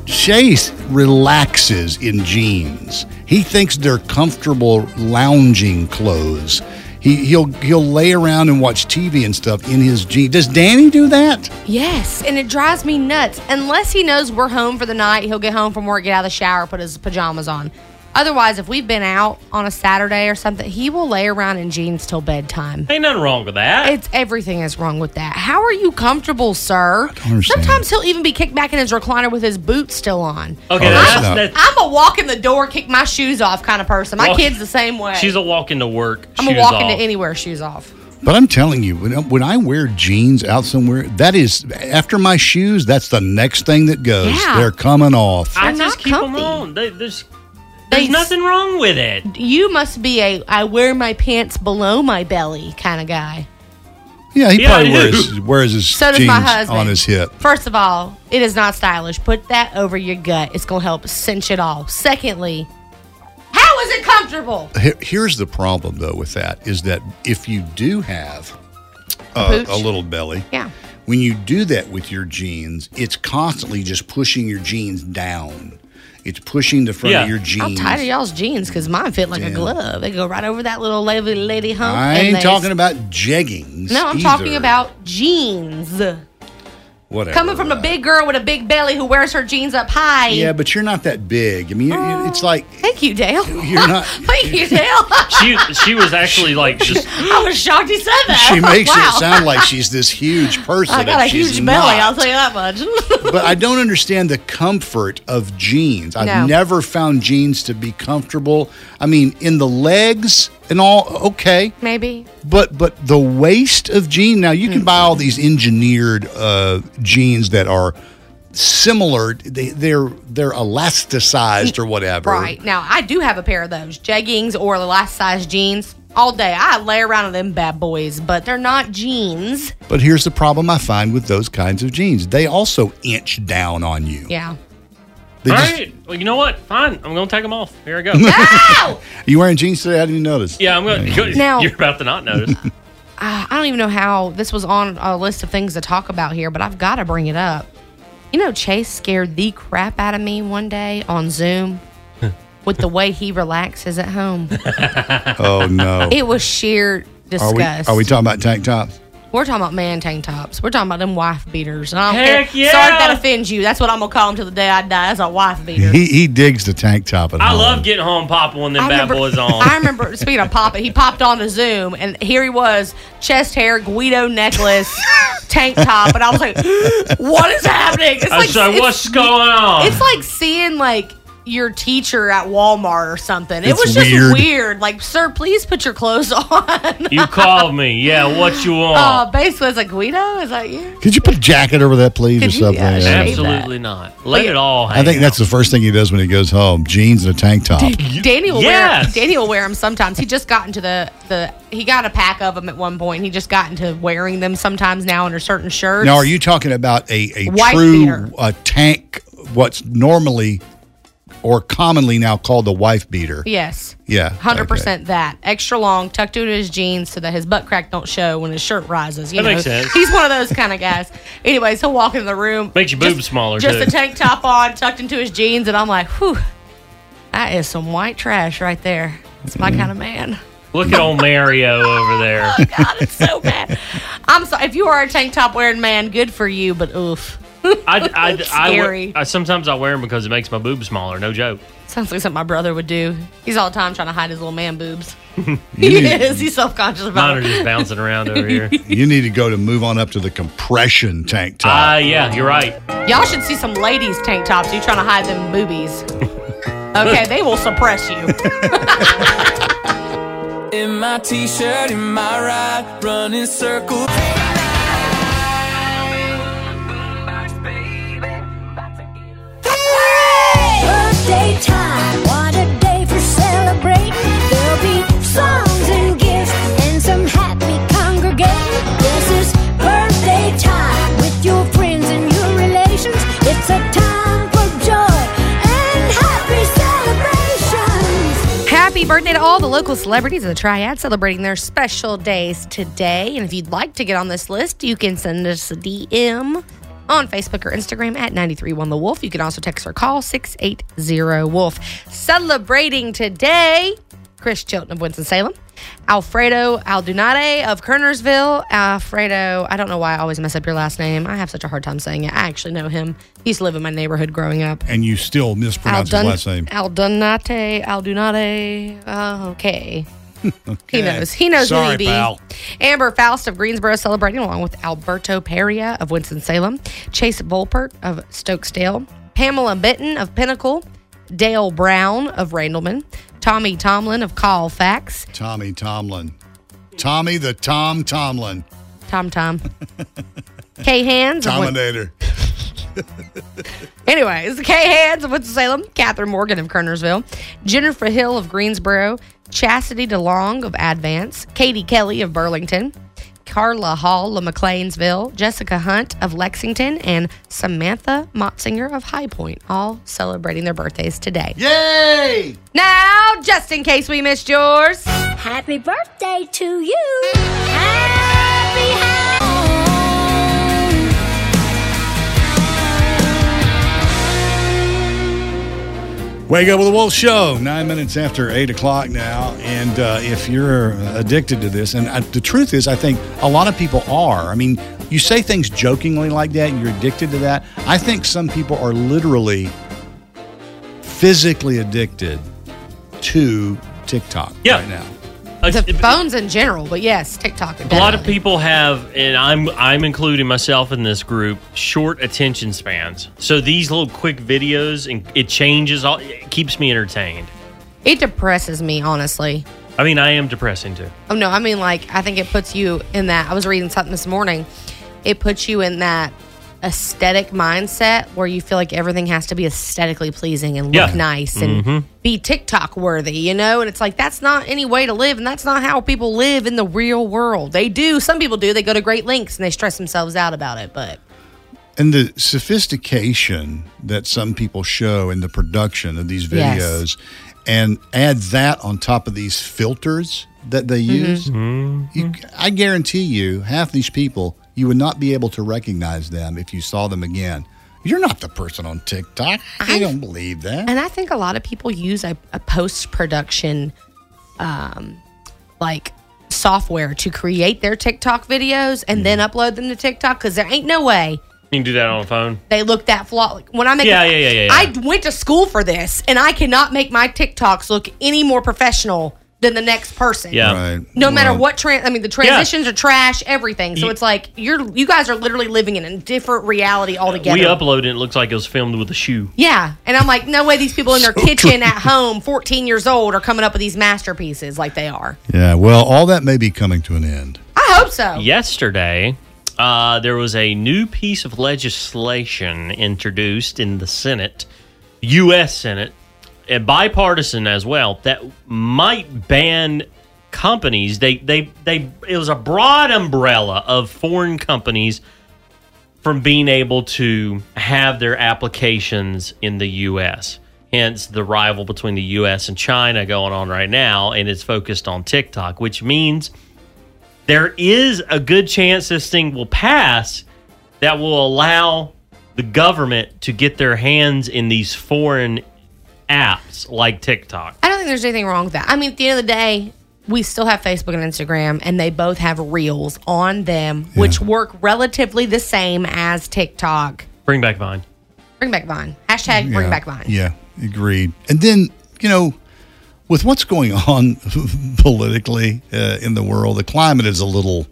S10: Chase relaxes in jeans. He thinks they're comfortable lounging clothes. He, he'll he'll lay around and watch TV and stuff in his jeans. Does Danny do that?
S11: Yes, and it drives me nuts. Unless he knows we're home for the night, he'll get home from work, get out of the shower, put his pajamas on. Otherwise, if we've been out on a Saturday or something, he will lay around in jeans till bedtime.
S12: Ain't nothing wrong with that.
S11: It's everything is wrong with that. How are you comfortable, sir?
S10: understand.
S11: Sometimes he'll even be kicked back in his recliner with his boots still on.
S12: okay,
S10: Oh,
S12: that's,
S10: that's not-
S12: that's-
S11: I'm a walk in the door, kick my shoes off kind of person. My
S12: Walk-
S11: kid's the same way.
S12: she's a walk into work.
S11: I'm a
S12: shoes
S11: walk
S12: off.
S11: into anywhere, shoes off.
S10: But I'm telling you, when I, when I wear jeans out somewhere, that is after my shoes. That's the next thing that goes.
S11: Yeah.
S10: They're coming off.
S12: I
S11: They're
S12: just
S11: not
S12: keep
S11: comfy.
S12: them on. They, there's
S11: They
S12: there's
S11: s-
S12: nothing wrong with it.
S11: You must be a I wear my pants below my belly kind of guy.
S10: Yeah, he
S12: Yeah,
S10: probably
S12: I do.
S10: wears wears his
S11: So does
S10: jeans
S11: my husband.
S10: on his hip.
S11: First of all, it is not stylish. Put that over your gut. It's going to help cinch it all. Secondly, how is it comfortable?
S10: Here- Here's the problem though with that is that if you do have uh,
S11: pooch?
S10: a little belly,
S11: Yeah.
S10: when you do that with your jeans, it's constantly just pushing your jeans down. It's pushing the front
S12: Yeah.
S10: of your jeans.
S11: I'm tired of y'all's jeans because mine fit like a
S10: Damn.
S11: glove. They go right over that little lady, lady hump.
S10: I
S11: and
S10: ain't
S11: they-
S10: talking about jeggings.
S11: No, I'm
S10: either.
S11: talking about jeans.
S10: Whatever.
S11: Coming from a big girl with a big belly who wears her jeans up high.
S10: Yeah, but you're not that big. I mean, you- you-
S11: Oh.
S10: it's like
S11: Thank you, Dale.
S10: you're not.
S11: Thank you, Dale.
S12: She she was actually like just
S11: I was shocked he said that.
S10: She makes
S11: wow.
S10: it sound like she's this huge person.
S11: I got a
S10: and she's
S11: huge belly.
S10: not.
S11: I'll tell you that much.
S10: but I don't understand the comfort of jeans. I've
S11: No.
S10: never found jeans to be comfortable. I mean, in the legs and all, okay,
S11: Maybe.
S10: but but the waist of jean. Now
S11: Hmm.
S10: you can buy all these engineered uh, jeans that are similar. They, they're they're elasticized or whatever.
S11: Right. Now, I do have a pair of those jeggings or life size jeans all day. I lay around in them bad boys, but they're not jeans.
S10: But here's the problem I find with those kinds of jeans. They also inch down on you.
S11: Yeah.
S10: They
S12: all
S10: just-
S12: right. Well, you know what? Fine. I'm gonna take them off. Here I go.
S11: Ow!
S10: You wearing jeans today? I didn't notice.
S12: yeah, I'm gonna.
S11: Now-
S12: you're about to not notice.
S11: Uh, I don't even know how this was on a list of things to talk about here, but I've got to bring it up. You know, Chase scared the crap out of me one day on Zoom with the way he relaxes at home.
S10: Oh no.
S11: It was sheer
S10: are we
S11: disgust.
S10: are we talking about tank tops?
S11: We're talking about man tank tops. We're talking about them wife beaters. And I don't
S12: Heck
S11: care.
S12: yeah.
S11: Sorry if that offends you. That's what I'm gonna call them till the day I die. That's a wife beater.
S10: He he digs the tank top at
S12: I
S10: home.
S12: love getting home, popping one of them
S11: I
S12: bad
S11: remember-
S12: boys on.
S11: I remember speaking of popping, he popped on to Zoom and here he was, chest hair, Guido necklace, tank top, and I was like, What is happening? It's
S12: I was like,
S11: it's-
S12: what's going on?
S11: It's like seeing like your teacher at Walmart or something. It
S10: It's
S11: was just
S10: weird.
S11: weird. Like, sir, please put your clothes on.
S12: you called me. Yeah, what you
S11: Uh,
S12: want?
S11: basically, it's like Guido. Is that you?
S10: Could you put a jacket over that, please, or
S11: Could you-
S10: something?
S11: yeah,
S10: Yeah.
S11: shave that.
S12: Absolutely not. Let it all hang
S10: I think that's the first thing he does when he goes home: jeans and a tank top.
S11: Danny will
S12: Oh, Yes.
S11: wear Danny will wear them sometimes. He just got into the the he got a pack of them at one point. He just got into wearing them sometimes now under certain shirts.
S10: Now, are you talking about a a
S11: White
S10: true
S11: beater.
S10: uh, tank? What's normally or commonly now called the wife beater.
S11: Yes.
S10: Yeah.
S11: 100% that. Extra long, tucked into his jeans so that his butt crack don't show when his shirt rises. You know?
S12: That makes sense.
S11: He's one of those kind of guys. Anyways, he'll walk in the room.
S12: Makes your boobs smaller,
S11: Just
S12: too.
S11: a tank top on, tucked into his jeans. And I'm like, whew, that is some white trash right there. That's
S12: Mm-hmm.
S11: my kind of man.
S12: Look at old Mario over
S11: Oh,
S12: there.
S11: I'm sorry. If you are a tank top wearing man, good for you, but oof.
S12: I, I, I,
S11: Scary.
S12: I- sometimes I wear them because it makes my boobs smaller. No joke.
S11: Sounds like something my brother would do. He's all the time trying to hide his little man boobs.
S10: You
S11: he
S10: need-
S11: is. He's self conscious about
S12: Mine are
S11: it.
S12: just bouncing around over here.
S10: you need to go to move on up to the compression tank top.
S12: Ah, yeah, you're right.
S11: Y'all should see some ladies' tank tops. You trying to hide them boobies. Okay, they will suppress you.
S13: In my t-shirt, in my ride, running circles.
S5: Birthday time, what a day for celebrating. There'll be songs and gifts and some happy congregating. This is birthday time with your friends and your relations. It's a time for joy and happy celebrations.
S11: Happy birthday to all the local celebrities of the Triad celebrating their special days today. And if you'd like to get on this list, you can send us a DM on Facebook or Instagram at 931 The Wolf. You can also text or call 680 Wolf. Celebrating today, Chris Chilton of Winston-Salem, Alfredo Aldunate of Kernersville. Alfredo, I don't know why I always mess up your last name. I have such a hard time saying it. I actually know him. He used to live in my neighborhood growing up.
S10: And you still mispronounce his last name.
S11: Aldunate, Aldunate. Oh, okay.
S10: Okay.
S11: He knows. He knows
S10: Sorry,
S11: who he be.
S10: pal.
S11: Amber Faust of Greensboro celebrating along with Alberto Peria of Winston-Salem, Chase Volpert of Stokesdale, Pamela Benton of Pinnacle, Dale Brown of Randleman, Tommy Tomlin of Colfax,
S10: Tommy Tomlin. Tommy the Tom Tomlin.
S11: Tom Tom, Kay Hands of Win-
S10: Tominator.
S11: Anyways, Kay Hands of Winston-Salem, Catherine Morgan of Kernersville, Jennifer Hill of Greensboro, Chastity DeLong of Advance, Katie Kelly of Burlington, Carla Hall of McLeansville, Jessica Hunt of Lexington, and Samantha Motzinger of High Point, all celebrating their birthdays today.
S10: Yay!
S11: Now, just in case we missed yours,
S5: Happy birthday to you. Happy, happy.
S10: Wake up with the Wolf Show, nine minutes after eight o'clock now. And uh, if you're addicted to this, and I, the truth is, I think a lot of people are. I mean, you say things jokingly like that, and you're addicted to that. I think some people are literally physically addicted to TikTok
S12: Yeah.
S10: right now.
S12: Uh,
S11: the phones in general, but yes, TikTok.
S12: A lot of people have, and I'm I'm including myself in this group, short attention spans. So these little quick videos and it changes all it keeps me entertained.
S11: It depresses me, honestly.
S12: I mean, I am depressing too.
S11: Oh no, I mean like I think it puts you in that I was reading something this morning. It puts you in that aesthetic mindset where you feel like everything has to be aesthetically pleasing and look
S12: Yeah.
S11: nice and
S12: Mhm.
S11: be TikTok worthy, you know? And it's like that's not any way to live and that's not how people live in the real world. They do, some people do, they go to great lengths and they stress themselves out about it, but
S10: And the sophistication that some people show in the production of these
S11: Yes.
S10: videos, and add that on top of these filters that
S11: Mm-hmm.
S10: they use, you, I guarantee you, half these people, you would not be able to recognize them if you saw them again. You're not the person on TikTok. I don't believe that.
S11: And I think a lot of people use a, a post production, um, like software to create their TikTok videos and then
S12: Mm-hmm.
S11: upload them to TikTok because there ain't no way
S12: You can do that on a phone.
S11: they look that flaw. Like, when I make,
S12: Yeah, yeah, yeah, yeah, yeah.
S11: I went to school for this, and I cannot make my TikToks look any more professional than the next person.
S12: Yeah.
S10: Right.
S11: No matter
S10: Right.
S11: what, tran I mean, the transitions are trash, everything. So
S12: Ye-
S11: it's like you're, you guys are literally living in a different reality altogether.
S12: We upload it, it looks like it was filmed with a shoe.
S11: Yeah. And I'm like, no way these people in their kitchen at home, 14 years old, are coming up with these masterpieces like they are.
S10: Yeah, well, all that may be coming to an end.
S11: I hope so.
S12: Yesterday, uh, there was a new piece of legislation introduced in the Senate, U.S. Senate, and bipartisan as well, that might ban companies. They, they, they. It was a broad umbrella of foreign companies from being able to have their applications in the U.S. Hence the rival between the US and China going on right now, and it's focused on TikTok, which means there is a good chance this thing will pass that will allow the government to get their hands in these foreign apps like TikTok.
S11: I don't think there's anything wrong with that. I mean, at the end of the day, we still have Facebook and Instagram, and they both have reels on them, which work relatively the same as TikTok.
S12: Bring back Vine.
S11: Bring back Vine. Hashtag bring
S10: Yeah.
S11: back Vine.
S10: Yeah, agreed. And then, you know, with what's going on politically uh, in the world, the climate is a little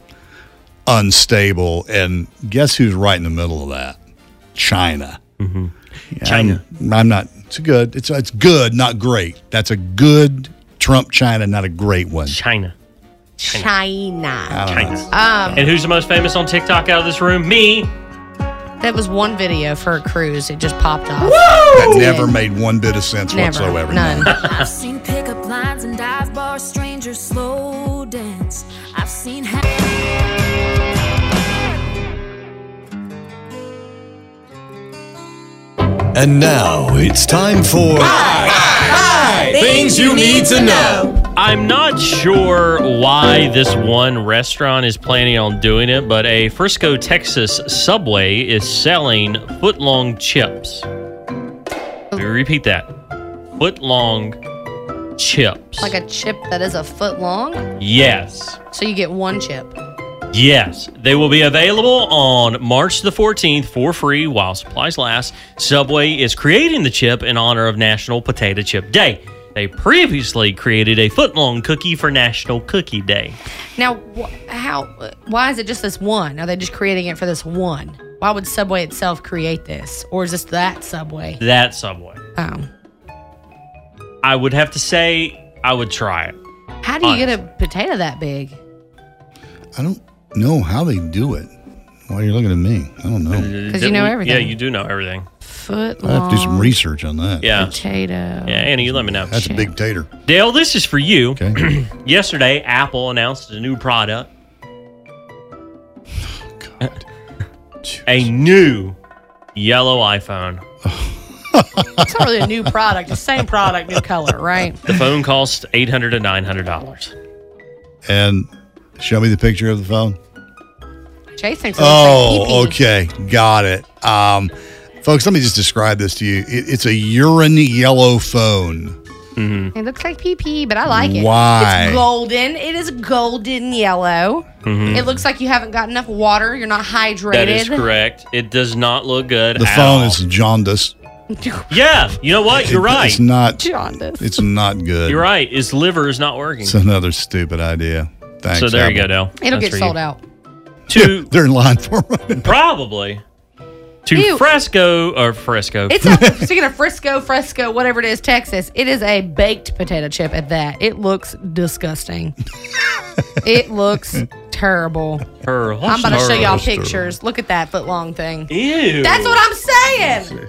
S10: unstable. And guess who's right in the middle of that? China. Mm-hmm.
S12: China.
S10: I'm, I'm not. It's good. It's it's good, not great. That's a good Trump China, not a great one.
S12: China.
S10: Uh,
S11: China.
S12: China.
S11: Um,
S12: And who's the most famous on TikTok out of this room? Me.
S11: that was one video for a cruise. It just popped off.
S10: That never made one bit of sense
S11: Never.
S10: whatsoever.
S11: None.
S3: I've seen pickup lines and dive bar strangers slow dance. I've seen.
S16: And now it's time for Things You Need to Know.
S12: I'm not sure why this one restaurant is planning on doing it, but a Frisco, Texas subway is selling footlong chips. Let me repeat that. Footlong chips.
S11: Like a chip that is a foot long.
S12: Yes.
S11: So you get one chip.
S12: Yes, they will be available on March the 14th for free while supplies last. Subway is creating the chip in honor of National Potato Chip Day. They previously created a footlong cookie for National Cookie Day.
S11: Now, wh- how? Why is it just this one? Are they just creating it for this one? Why would Subway itself create this, or is this that Subway?
S12: That Subway.
S11: Oh,
S12: I would have to say I would try it.
S10: Oh.
S11: how do you get a potato that big?
S10: I don't know how they do it. Why are you looking at me? I don't know.
S11: 'Cause you know
S12: Yeah,
S11: everything.
S12: you do know everything.
S11: Foot
S10: I have to do some
S11: long
S10: research on that.
S12: Yeah.
S11: potato.
S12: Yeah, Annie, you let me know.
S10: That's a big tater.
S12: Dale, this is for you. Yesterday, Apple announced a new product.
S10: Oh,
S12: a new yellow iPhone.
S11: It's not really a new product. The same product, new color, right?
S12: The phone costs eight hundred to nine hundred dollars.
S10: And show me the picture of the phone.
S11: Jay thinks. It's
S10: Oh, okay. Got it. Um, folks, let me just describe this to you. It, it's a urine yellow phone.
S11: It looks like pee pee, but I like it.
S10: Why?
S11: It's golden. It is golden yellow.
S12: Mhm.
S11: It looks like you haven't got enough water. You're not hydrated.
S12: That is correct. It does not look good.
S10: The
S12: at
S10: phone
S12: all.
S10: is jaundice.
S12: Yeah, you know what? You're
S10: It-
S12: right.
S10: It's not.
S11: Jaundice.
S10: It's not good.
S12: You're right. His liver is not working.
S10: It's another stupid idea. Thanks.
S12: So there you
S10: Apple.
S12: go, Dale.
S11: It'll get sold out.
S12: Two.
S10: They're in line for it.
S12: Probably. To
S11: Ew.
S12: Fresco or Fresco.
S11: It's a, speaking of Frisco, Fresco, whatever it is, Texas. It is a baked potato chip. At that, it looks disgusting. it looks terrible.
S12: Her-
S11: I'm about to show y'all
S10: Terrible.
S11: pictures. Look at that foot long thing.
S12: Ew.
S11: That's what I'm saying.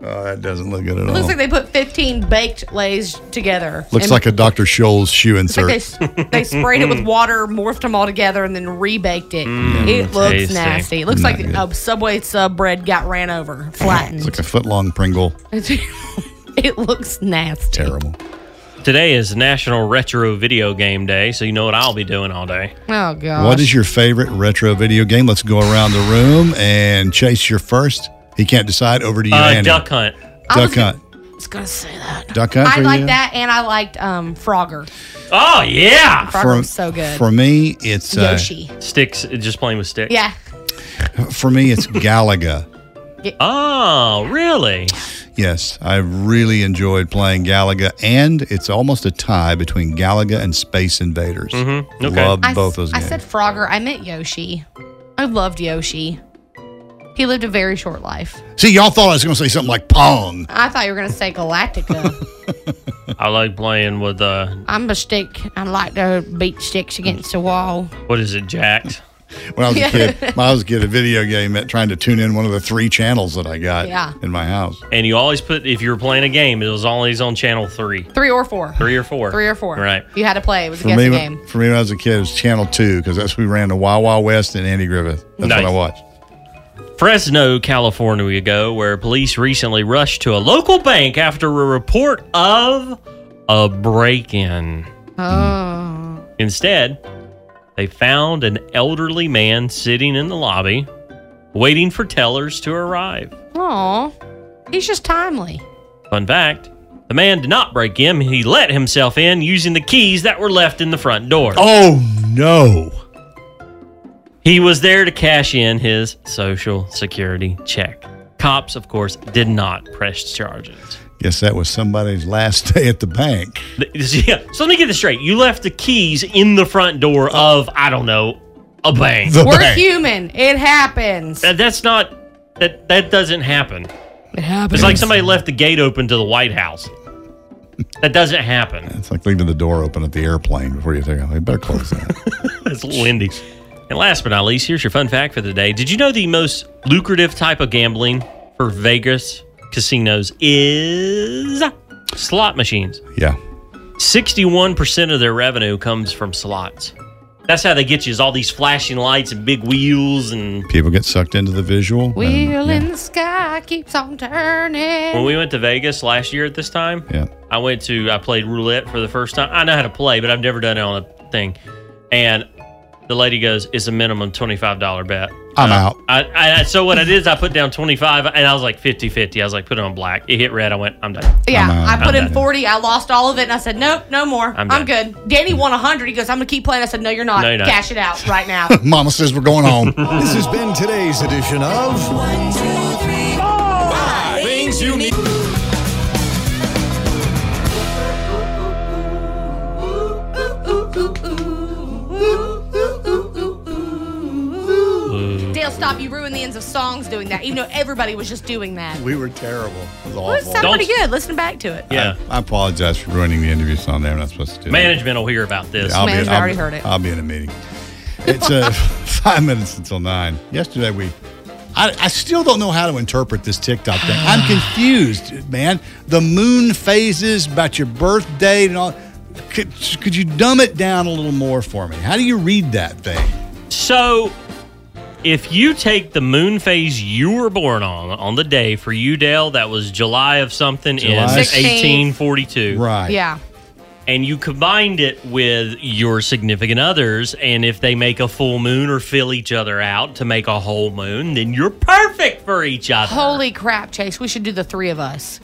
S10: Oh, that doesn't look good at
S11: It
S10: all.
S11: looks like they put 15 baked lays together.
S10: Looks
S11: and
S10: like a Mm. Dr. Scholl's shoe
S11: It's like
S10: insert.
S11: they, s- they sprayed it with water, morphed them all together, and then rebaked it. it looks
S10: Mm. tasty. Mm.
S11: nasty. It looks
S10: Not
S11: like a Subway sub bread got ran over,
S10: it's
S11: flattened.
S10: like a foot long Pringle.
S11: it looks nasty.
S10: Terrible.
S12: Today is National Retro Video Game Day, so you know what I'll be doing all day.
S11: Oh, gosh.
S10: What is your favorite retro video game? Let's go around the room and chase your first. He can't decide. Over to you,
S12: Uh,
S10: Annie.
S12: duck Hunt.
S11: I
S10: Duck
S11: was
S10: Hunt.
S11: I was going to say that.
S10: Duck Hunt.
S11: I
S10: for
S11: like
S10: you?
S11: that, and I liked um, Frogger.
S12: Oh
S10: Ah,
S12: yeah.
S11: Frogger was so good.
S10: For me, it's uh,
S11: Yoshi.
S12: Sticks. Just playing with sticks.
S11: yeah.
S10: For me, it's Galaga.
S12: Oh, really?
S10: Yes, I really enjoyed playing Galaga, and it's almost a tie between Galaga and Space Invaders.
S12: Mm-hmm. Okay.
S10: Love
S11: I, s-
S10: both those
S11: I
S10: games.
S11: said Frogger. I meant Yoshi. I loved Yoshi. He lived a very short life.
S10: See, y'all thought I was going to say something like Pong.
S11: I thought you were going to say Galactica.
S12: I like playing with uh,
S11: I'm a stick. I like to beat sticks against the wall.
S12: what is it, Jacked?
S10: When I was
S11: Yeah.
S10: a kid, when I was a kid, a video game meant trying to tune in one of the three channels that I got
S11: Yeah.
S10: in my house.
S12: And you always put if you were playing a game, it was always on channel three,
S11: Three or four.
S12: three or four,
S11: Three or four.
S12: Right.
S11: You had to play. It was a
S10: For
S11: guessing
S10: me,
S11: game.
S10: when, for me, when I was a kid, it was Channel Two because that's we ran the Wild Wild West and Andy Griffith. That's
S12: Nice.
S10: what I watched.
S12: Fresno, California, we go, where police recently rushed to a local bank after a report of a break in.
S11: Oh.
S12: Instead, they found an elderly man sitting in the lobby waiting for tellers to arrive.
S11: Aw. He's just timely.
S12: Fun fact the man did not break in, he let himself in using the keys that were left in the front door.
S10: Oh, no.
S12: He was there to cash in his social security check. Cops, of course, did not press charges.
S10: Guess that was somebody's last day at the bank.
S12: Th- Yeah, so let me get this straight. You left the keys in the front door of, I don't know, a bank.
S10: The
S11: We're human. It happens.
S12: That- that's not, that, that doesn't happen.
S11: It happens.
S12: It's like somebody left the gate open to the White House. That doesn't happen.
S10: It's like leaving the door open at the airplane before you think, oh, I better close that.
S12: It's windy. And last but not least, here's your fun fact for the day. Did you know the most lucrative type of gambling for Vegas casinos is slot machines?
S10: yeah.
S12: 61% of their revenue comes from slots. That's how they get you is all these flashing lights and big wheels and
S10: People get sucked into the visual.
S11: Wheel in the sky keeps on turning.
S12: when Um, we went to Vegas last year at this time,
S10: Yeah.
S12: I went to I played roulette for the first time. I know how to play, but I've never done it on a thing. And the lady goes, "It's a minimum twenty five dollar bet."
S10: I'm
S12: Uh,
S10: out.
S12: I, I, I- so what I did is I put down twenty five, and I was like 50-50. I was like, "Put it on black." It hit red. I went, "I'm done."
S11: Yeah,
S10: I'm out.
S11: I put
S12: I'm
S11: in 40. I lost all of it. And I said, nope, no more.
S12: I'm
S11: I'm,
S12: done.
S11: good. Danny won 100. He goes, I'm going to keep playing. I said, no, you're not.
S12: No, you're not.
S11: Cash it out right now.
S10: Mama says we're going home.
S16: This has been today's edition of
S13: Things you need.
S11: Dale, stop. You ruined the ends of songs doing that, even though everybody was just doing that.
S10: We were terrible. It was
S11: Well, it
S10: awful.
S11: sounded pretty
S12: Don't-
S11: good. Listen back to it.
S12: Yeah,
S10: I apologize for ruining the interview song there. I'm not supposed to do that.
S12: management will hear about this.
S10: I'll be-
S11: Management
S10: I'll-
S11: already heard it.
S10: I'll be in a meeting. It's uh, five minutes until nine. Yesterday we, I, I still don't know how to interpret this TikTok thing. I'm confused, man. The moon phases about your birthday and all. Could, could you dumb it down a little more for me? How do you read that thing?
S12: So, if you take the moon phase you were born on on the day for you, Dale, that was July of something in
S10: July
S11: 16th.
S12: 1842,
S10: Right.
S11: Yeah.
S12: and you combined it with your significant others, and if they make a full moon or fill each other out to make a whole moon, then you're perfect for each other.
S11: Holy crap, Chase. We should do the three of us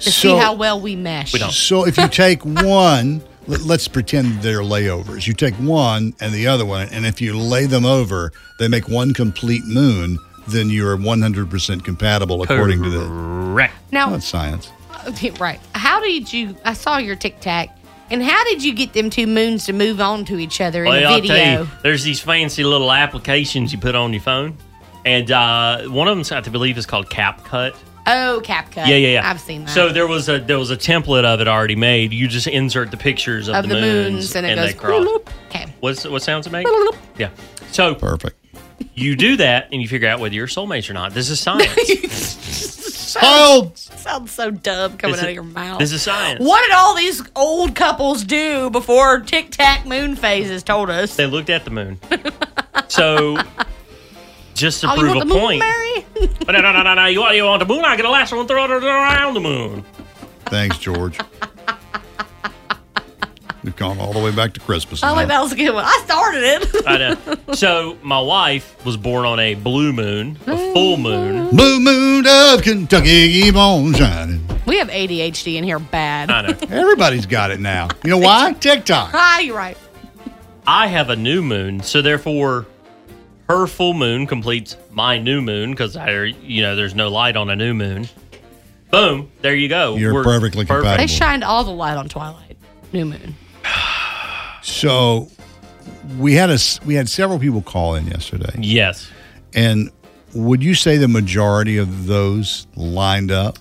S11: to see
S10: So-
S11: how well we mesh.
S12: We don't.
S10: So if you take one, let, let's pretend they're layovers. You take one and the other one, and if you lay them over, they make one complete moon. Then you are 100% compatible according to the
S12: Correct.
S11: Now,
S10: not science.
S11: right. How did you? I saw your Tic Tac. And how did you get them two moons to move on to each other in
S12: Well,
S11: a
S12: I'll
S11: video?
S12: tell you, there's these fancy little applications you put on your phone, and uh, one of them, I believe, is called CapCut.
S11: Oh, CapCut.
S12: Yeah, yeah, yeah.
S11: I've seen that.
S12: So there was a there was a template of it already made. You just insert the pictures of,
S11: of the moons, and it
S12: they
S11: goes.
S12: cross.
S11: "Bloop." Okay.
S12: What's what sounds it make? Yeah. So
S10: Perfect.
S12: you do that and you figure out whether you're soulmates or not. This is science.
S10: Sold.
S11: Sounds so dumb coming
S12: This
S11: out
S12: is-
S11: of your mouth.
S12: this is science.
S11: What did all these old couples do before Tic Tac moon phases told us?
S12: they looked at the moon. So just to
S11: oh, you
S12: prove
S11: want
S12: a
S11: the moon,
S12: point.
S11: Mary?
S12: But no, no, no, no, no. You want, you want the moon? I get the last one throw it around the moon.
S10: Thanks, George. We've gone all the way back to Christmas.
S11: I
S10: now.
S11: like that was a good one. I started it.
S12: I know. So my wife was born on a blue moon, a full moon.
S10: Blue moon of Kentucky, keep on shining.
S11: we have ADHD in here bad.
S12: I know.
S10: Everybody's got it now. You know why? TikTok.
S11: Ah, you're right.
S12: I have a new moon, so therefore her full moon completes my new moon because I, you know, there's no light on a new moon. Boom, there you go.
S10: You're perfectly
S11: They
S10: compatible.
S11: shined all the light on Twilight. New moon.
S10: So we had a s we had several people call in yesterday.
S12: Yes,
S10: And would you say the majority of those lined up?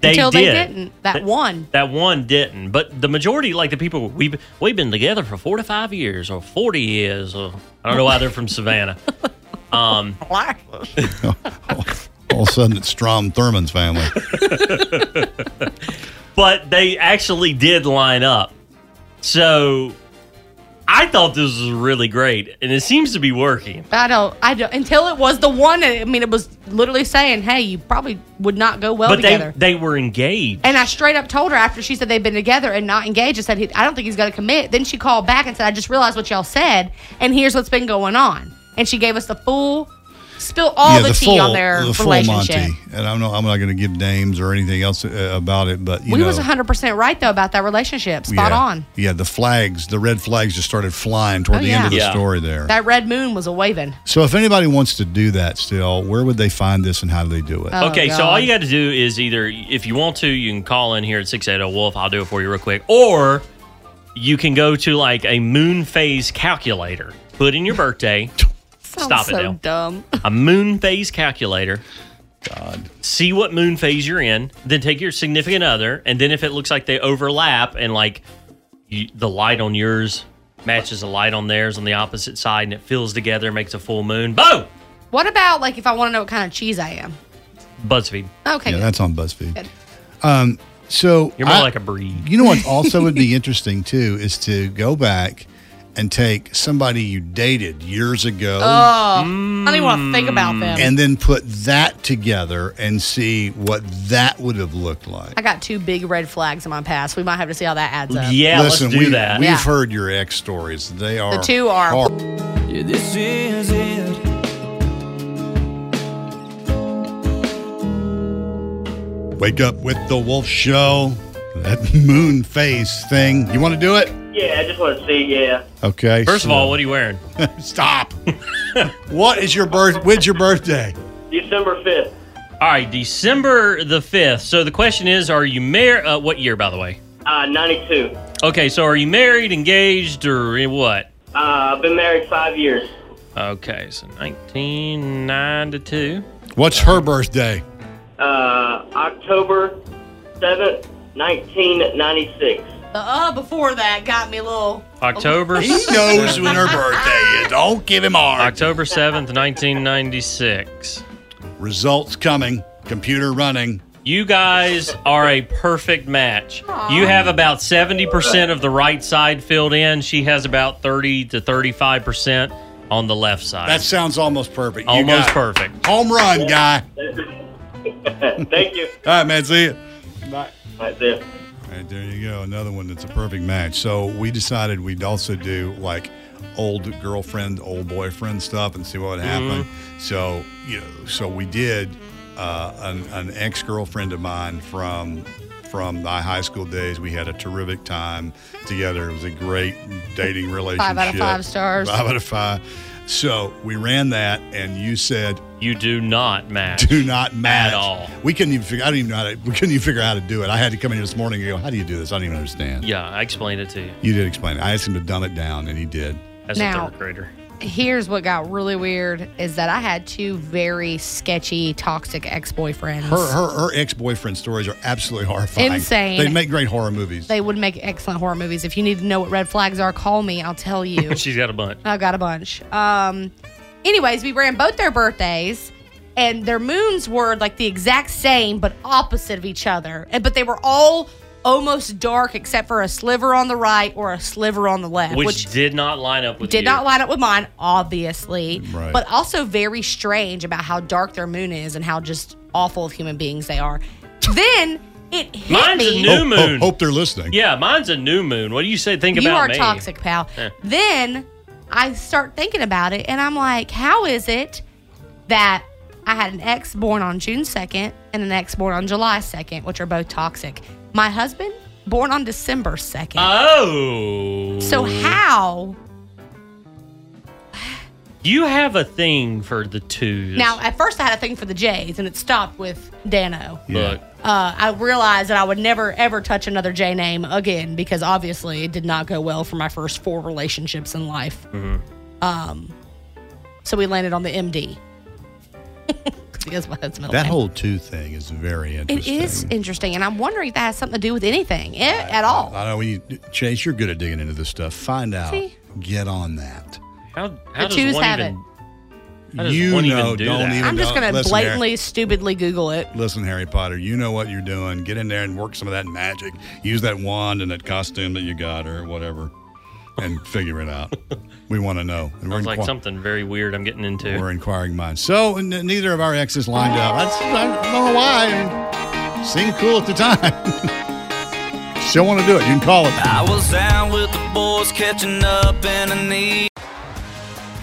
S12: they
S11: Until
S12: did.
S11: they didn't. That one.
S12: That one didn't, but the majority, like the people we've we've been together for four to five years or forty years. Or, I don't know why they're from Savannah. Um,
S10: All of a sudden, it's Strom Thurmond's family.
S12: but they actually did line up. So I thought this was really great, and it seems to be working.
S11: I don't. I don't. Until it was the one. I mean, it was literally saying, "Hey, you probably would not go well
S12: but
S11: together."
S12: they they were engaged.
S11: and I straight up told her after she said they've been together and not engaged. I said, he, "I don't think he's going to commit." Then she called back and said, "I just realized what y'all said, and here's what's been going on." And she gave us the full spill, all the, tea on their
S10: the full
S11: relationship.
S10: Monty. And I'm not, I'm not going to give names or anything else uh, about it, but you
S11: we
S10: know,
S11: was 100 percent right though about that relationship. Spot
S10: yeah,
S11: on.
S10: Yeah, the flags, the red flags, just started flying toward
S11: Oh,
S10: the
S11: yeah.
S10: end of the
S11: Yeah.
S10: story there.
S11: That red moon was a waving.
S10: so, if anybody wants to do that still, where would they find this and how do they do it?
S11: Oh,
S12: okay, so
S11: God.
S12: all you got to do is either, if you want to, you can call in here at 680 Wolf. I'll do it for you real quick. Or you can go to like a moon phase calculator, put in your birthday. Stop it
S11: so
S12: now.
S11: dumb.
S12: a moon phase calculator. God. See what moon phase you're in, then take your significant other, and then if it looks like they overlap and like you, the light on yours matches the light on theirs on the opposite side and it fills together, makes a full moon. Boom!
S11: What about like if I want to know what kind of cheese I am?
S12: BuzzFeed.
S11: Okay.
S10: yeah,
S11: good.
S10: that's on BuzzFeed. Um, so
S12: You're more
S10: I-
S12: like a breed.
S10: You know what also would be interesting too is to go back and take somebody you dated years ago.
S11: Oh, I don't even want to think about them.
S10: Mm. and then put that together and see what that would have looked like.
S11: I got two big red flags in my past. We might have to see how that adds up.
S10: Listen, we, We've
S11: Yeah.
S10: heard your ex stories. They are
S11: two are-
S10: Yeah,
S13: This is it.
S10: Wake up with the Wolf Show. That moon face thing. You want to do it?
S17: Yeah, I just want to see. Yeah,
S10: Okay.
S12: First of
S10: so-
S12: all, what are you wearing?
S10: Stop. what is your birth? When's your birthday?
S17: December fifth.
S12: All right, December the 5th. So the question is are you married? Uh, what year, by the way?
S17: Uh, ninety-two.
S12: Okay, so are you married, engaged, or what?
S17: Uh, I've been married five years.
S12: Okay, so 1992.
S10: What's her birthday?
S17: Uh, October seventh, nineteen ninety-six.
S11: The uh before that got me a little.
S12: October.
S11: He knows when her
S10: birthday is. Don't give him hard.
S12: October seventh, nineteen ninety six.
S10: Results coming. Computer running.
S12: You guys are a perfect match. You have about seventy percent of the right side filled in. She has about thirty to thirty five percent on the left side.
S10: That sounds almost perfect. You
S12: Almost
S10: got it.
S12: perfect.
S10: Home run, guy.
S17: Thank you.
S10: All right, man. See you.
S17: Bye. Right there.
S10: All right, there you go. Another one that's a perfect match. So we decided we'd also do like old girlfriend, old boyfriend stuff and see what would happen. So, you know, so we did uh, an, an ex girlfriend of mine from from my high school days. We had a terrific time together. It was a great dating relationship.
S11: Five out of five stars.
S10: Five out of five. So we ran that, and you said
S12: you do not match.
S10: do not match
S12: At all.
S10: We couldn't even figure. I don't even know how to. We couldn't even figure out how to do it. I had to come in here this morning and go, "How do you do this? I don't even understand."
S12: Yeah, I explained it to you
S10: You did explain it. I asked him to dumb it down, and he did.
S12: as
S11: Now-
S12: a third grader.
S11: Here's what got really weird is that I had two very sketchy, toxic ex boyfriends.
S10: Her her, her ex boyfriend stories are absolutely horrifying.
S11: Insane.
S10: They make great horror movies.
S11: They would make excellent horror movies. If you need to know what red flags are, call me. I'll tell you.
S12: She's got a bunch.
S11: I got a bunch. Um, anyways, we ran both their birthdays, and their moons were like the exact same but opposite of each other. And but they were all almost dark except for a sliver on the right or a sliver on the left,
S12: Which,
S11: which,
S12: did not line up with
S11: did
S12: you.
S11: not line up with mine, obviously.
S12: Right.
S11: But also very strange about how dark their moon is and how just awful of human beings they are. Then it hit
S12: Mine's
S11: me. Oh,
S12: a new moon.
S10: hope they're listening.
S12: Yeah, mine's a new moon. What do you say? Think
S11: you
S12: about
S11: are
S12: me.
S11: toxic, pal.
S12: Yeah.
S11: Then I start thinking about it, and I'm like, how is it that I had an ex born on June 2nd and an ex born on July 2nd, which are both toxic? My husband born on December 2nd.
S12: Oh.
S11: so how?
S12: You have a thing for the twos.
S11: Now, at first I had a thing for the J's, and it stopped with Dano.
S12: Look.
S11: Uh, I realized that I would never ever touch another J name again because obviously it did not go well for my first four relationships in life.
S10: Mm-hmm.
S11: Um, so we landed on the MD. because my husband.
S10: That whole two thing is very
S11: It
S10: interesting.
S11: is interesting, and I'm wondering if that has something to do with anything eh, at all.
S10: I know we Chase, you're good at digging into this stuff. Find out. Get on that.
S12: How,
S11: The twos have
S12: it. How does
S10: you
S12: one even
S10: know,
S12: do
S10: not
S12: that?
S10: even.
S11: I'm just
S10: don't-
S11: going to
S10: listen, Eric.
S11: blatantly, stupidly Google it.
S10: Listen, Harry Potter, you know what you're doing. Get in there and work some of that magic. Use that wand and that costume that you got or whatever. and figure it out. We want to know. And
S12: Sounds like
S10: inqui-
S12: something very weird I'm getting into.
S10: We're inquiring minds. So n- neither of our exes lined up. I, I don't know why. It seemed cool at the time. Still want to do it. You can call it.
S18: I was down with the boys catching up and I need.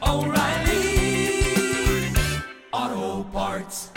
S18: oh, oh, O'Reilly Auto Parts.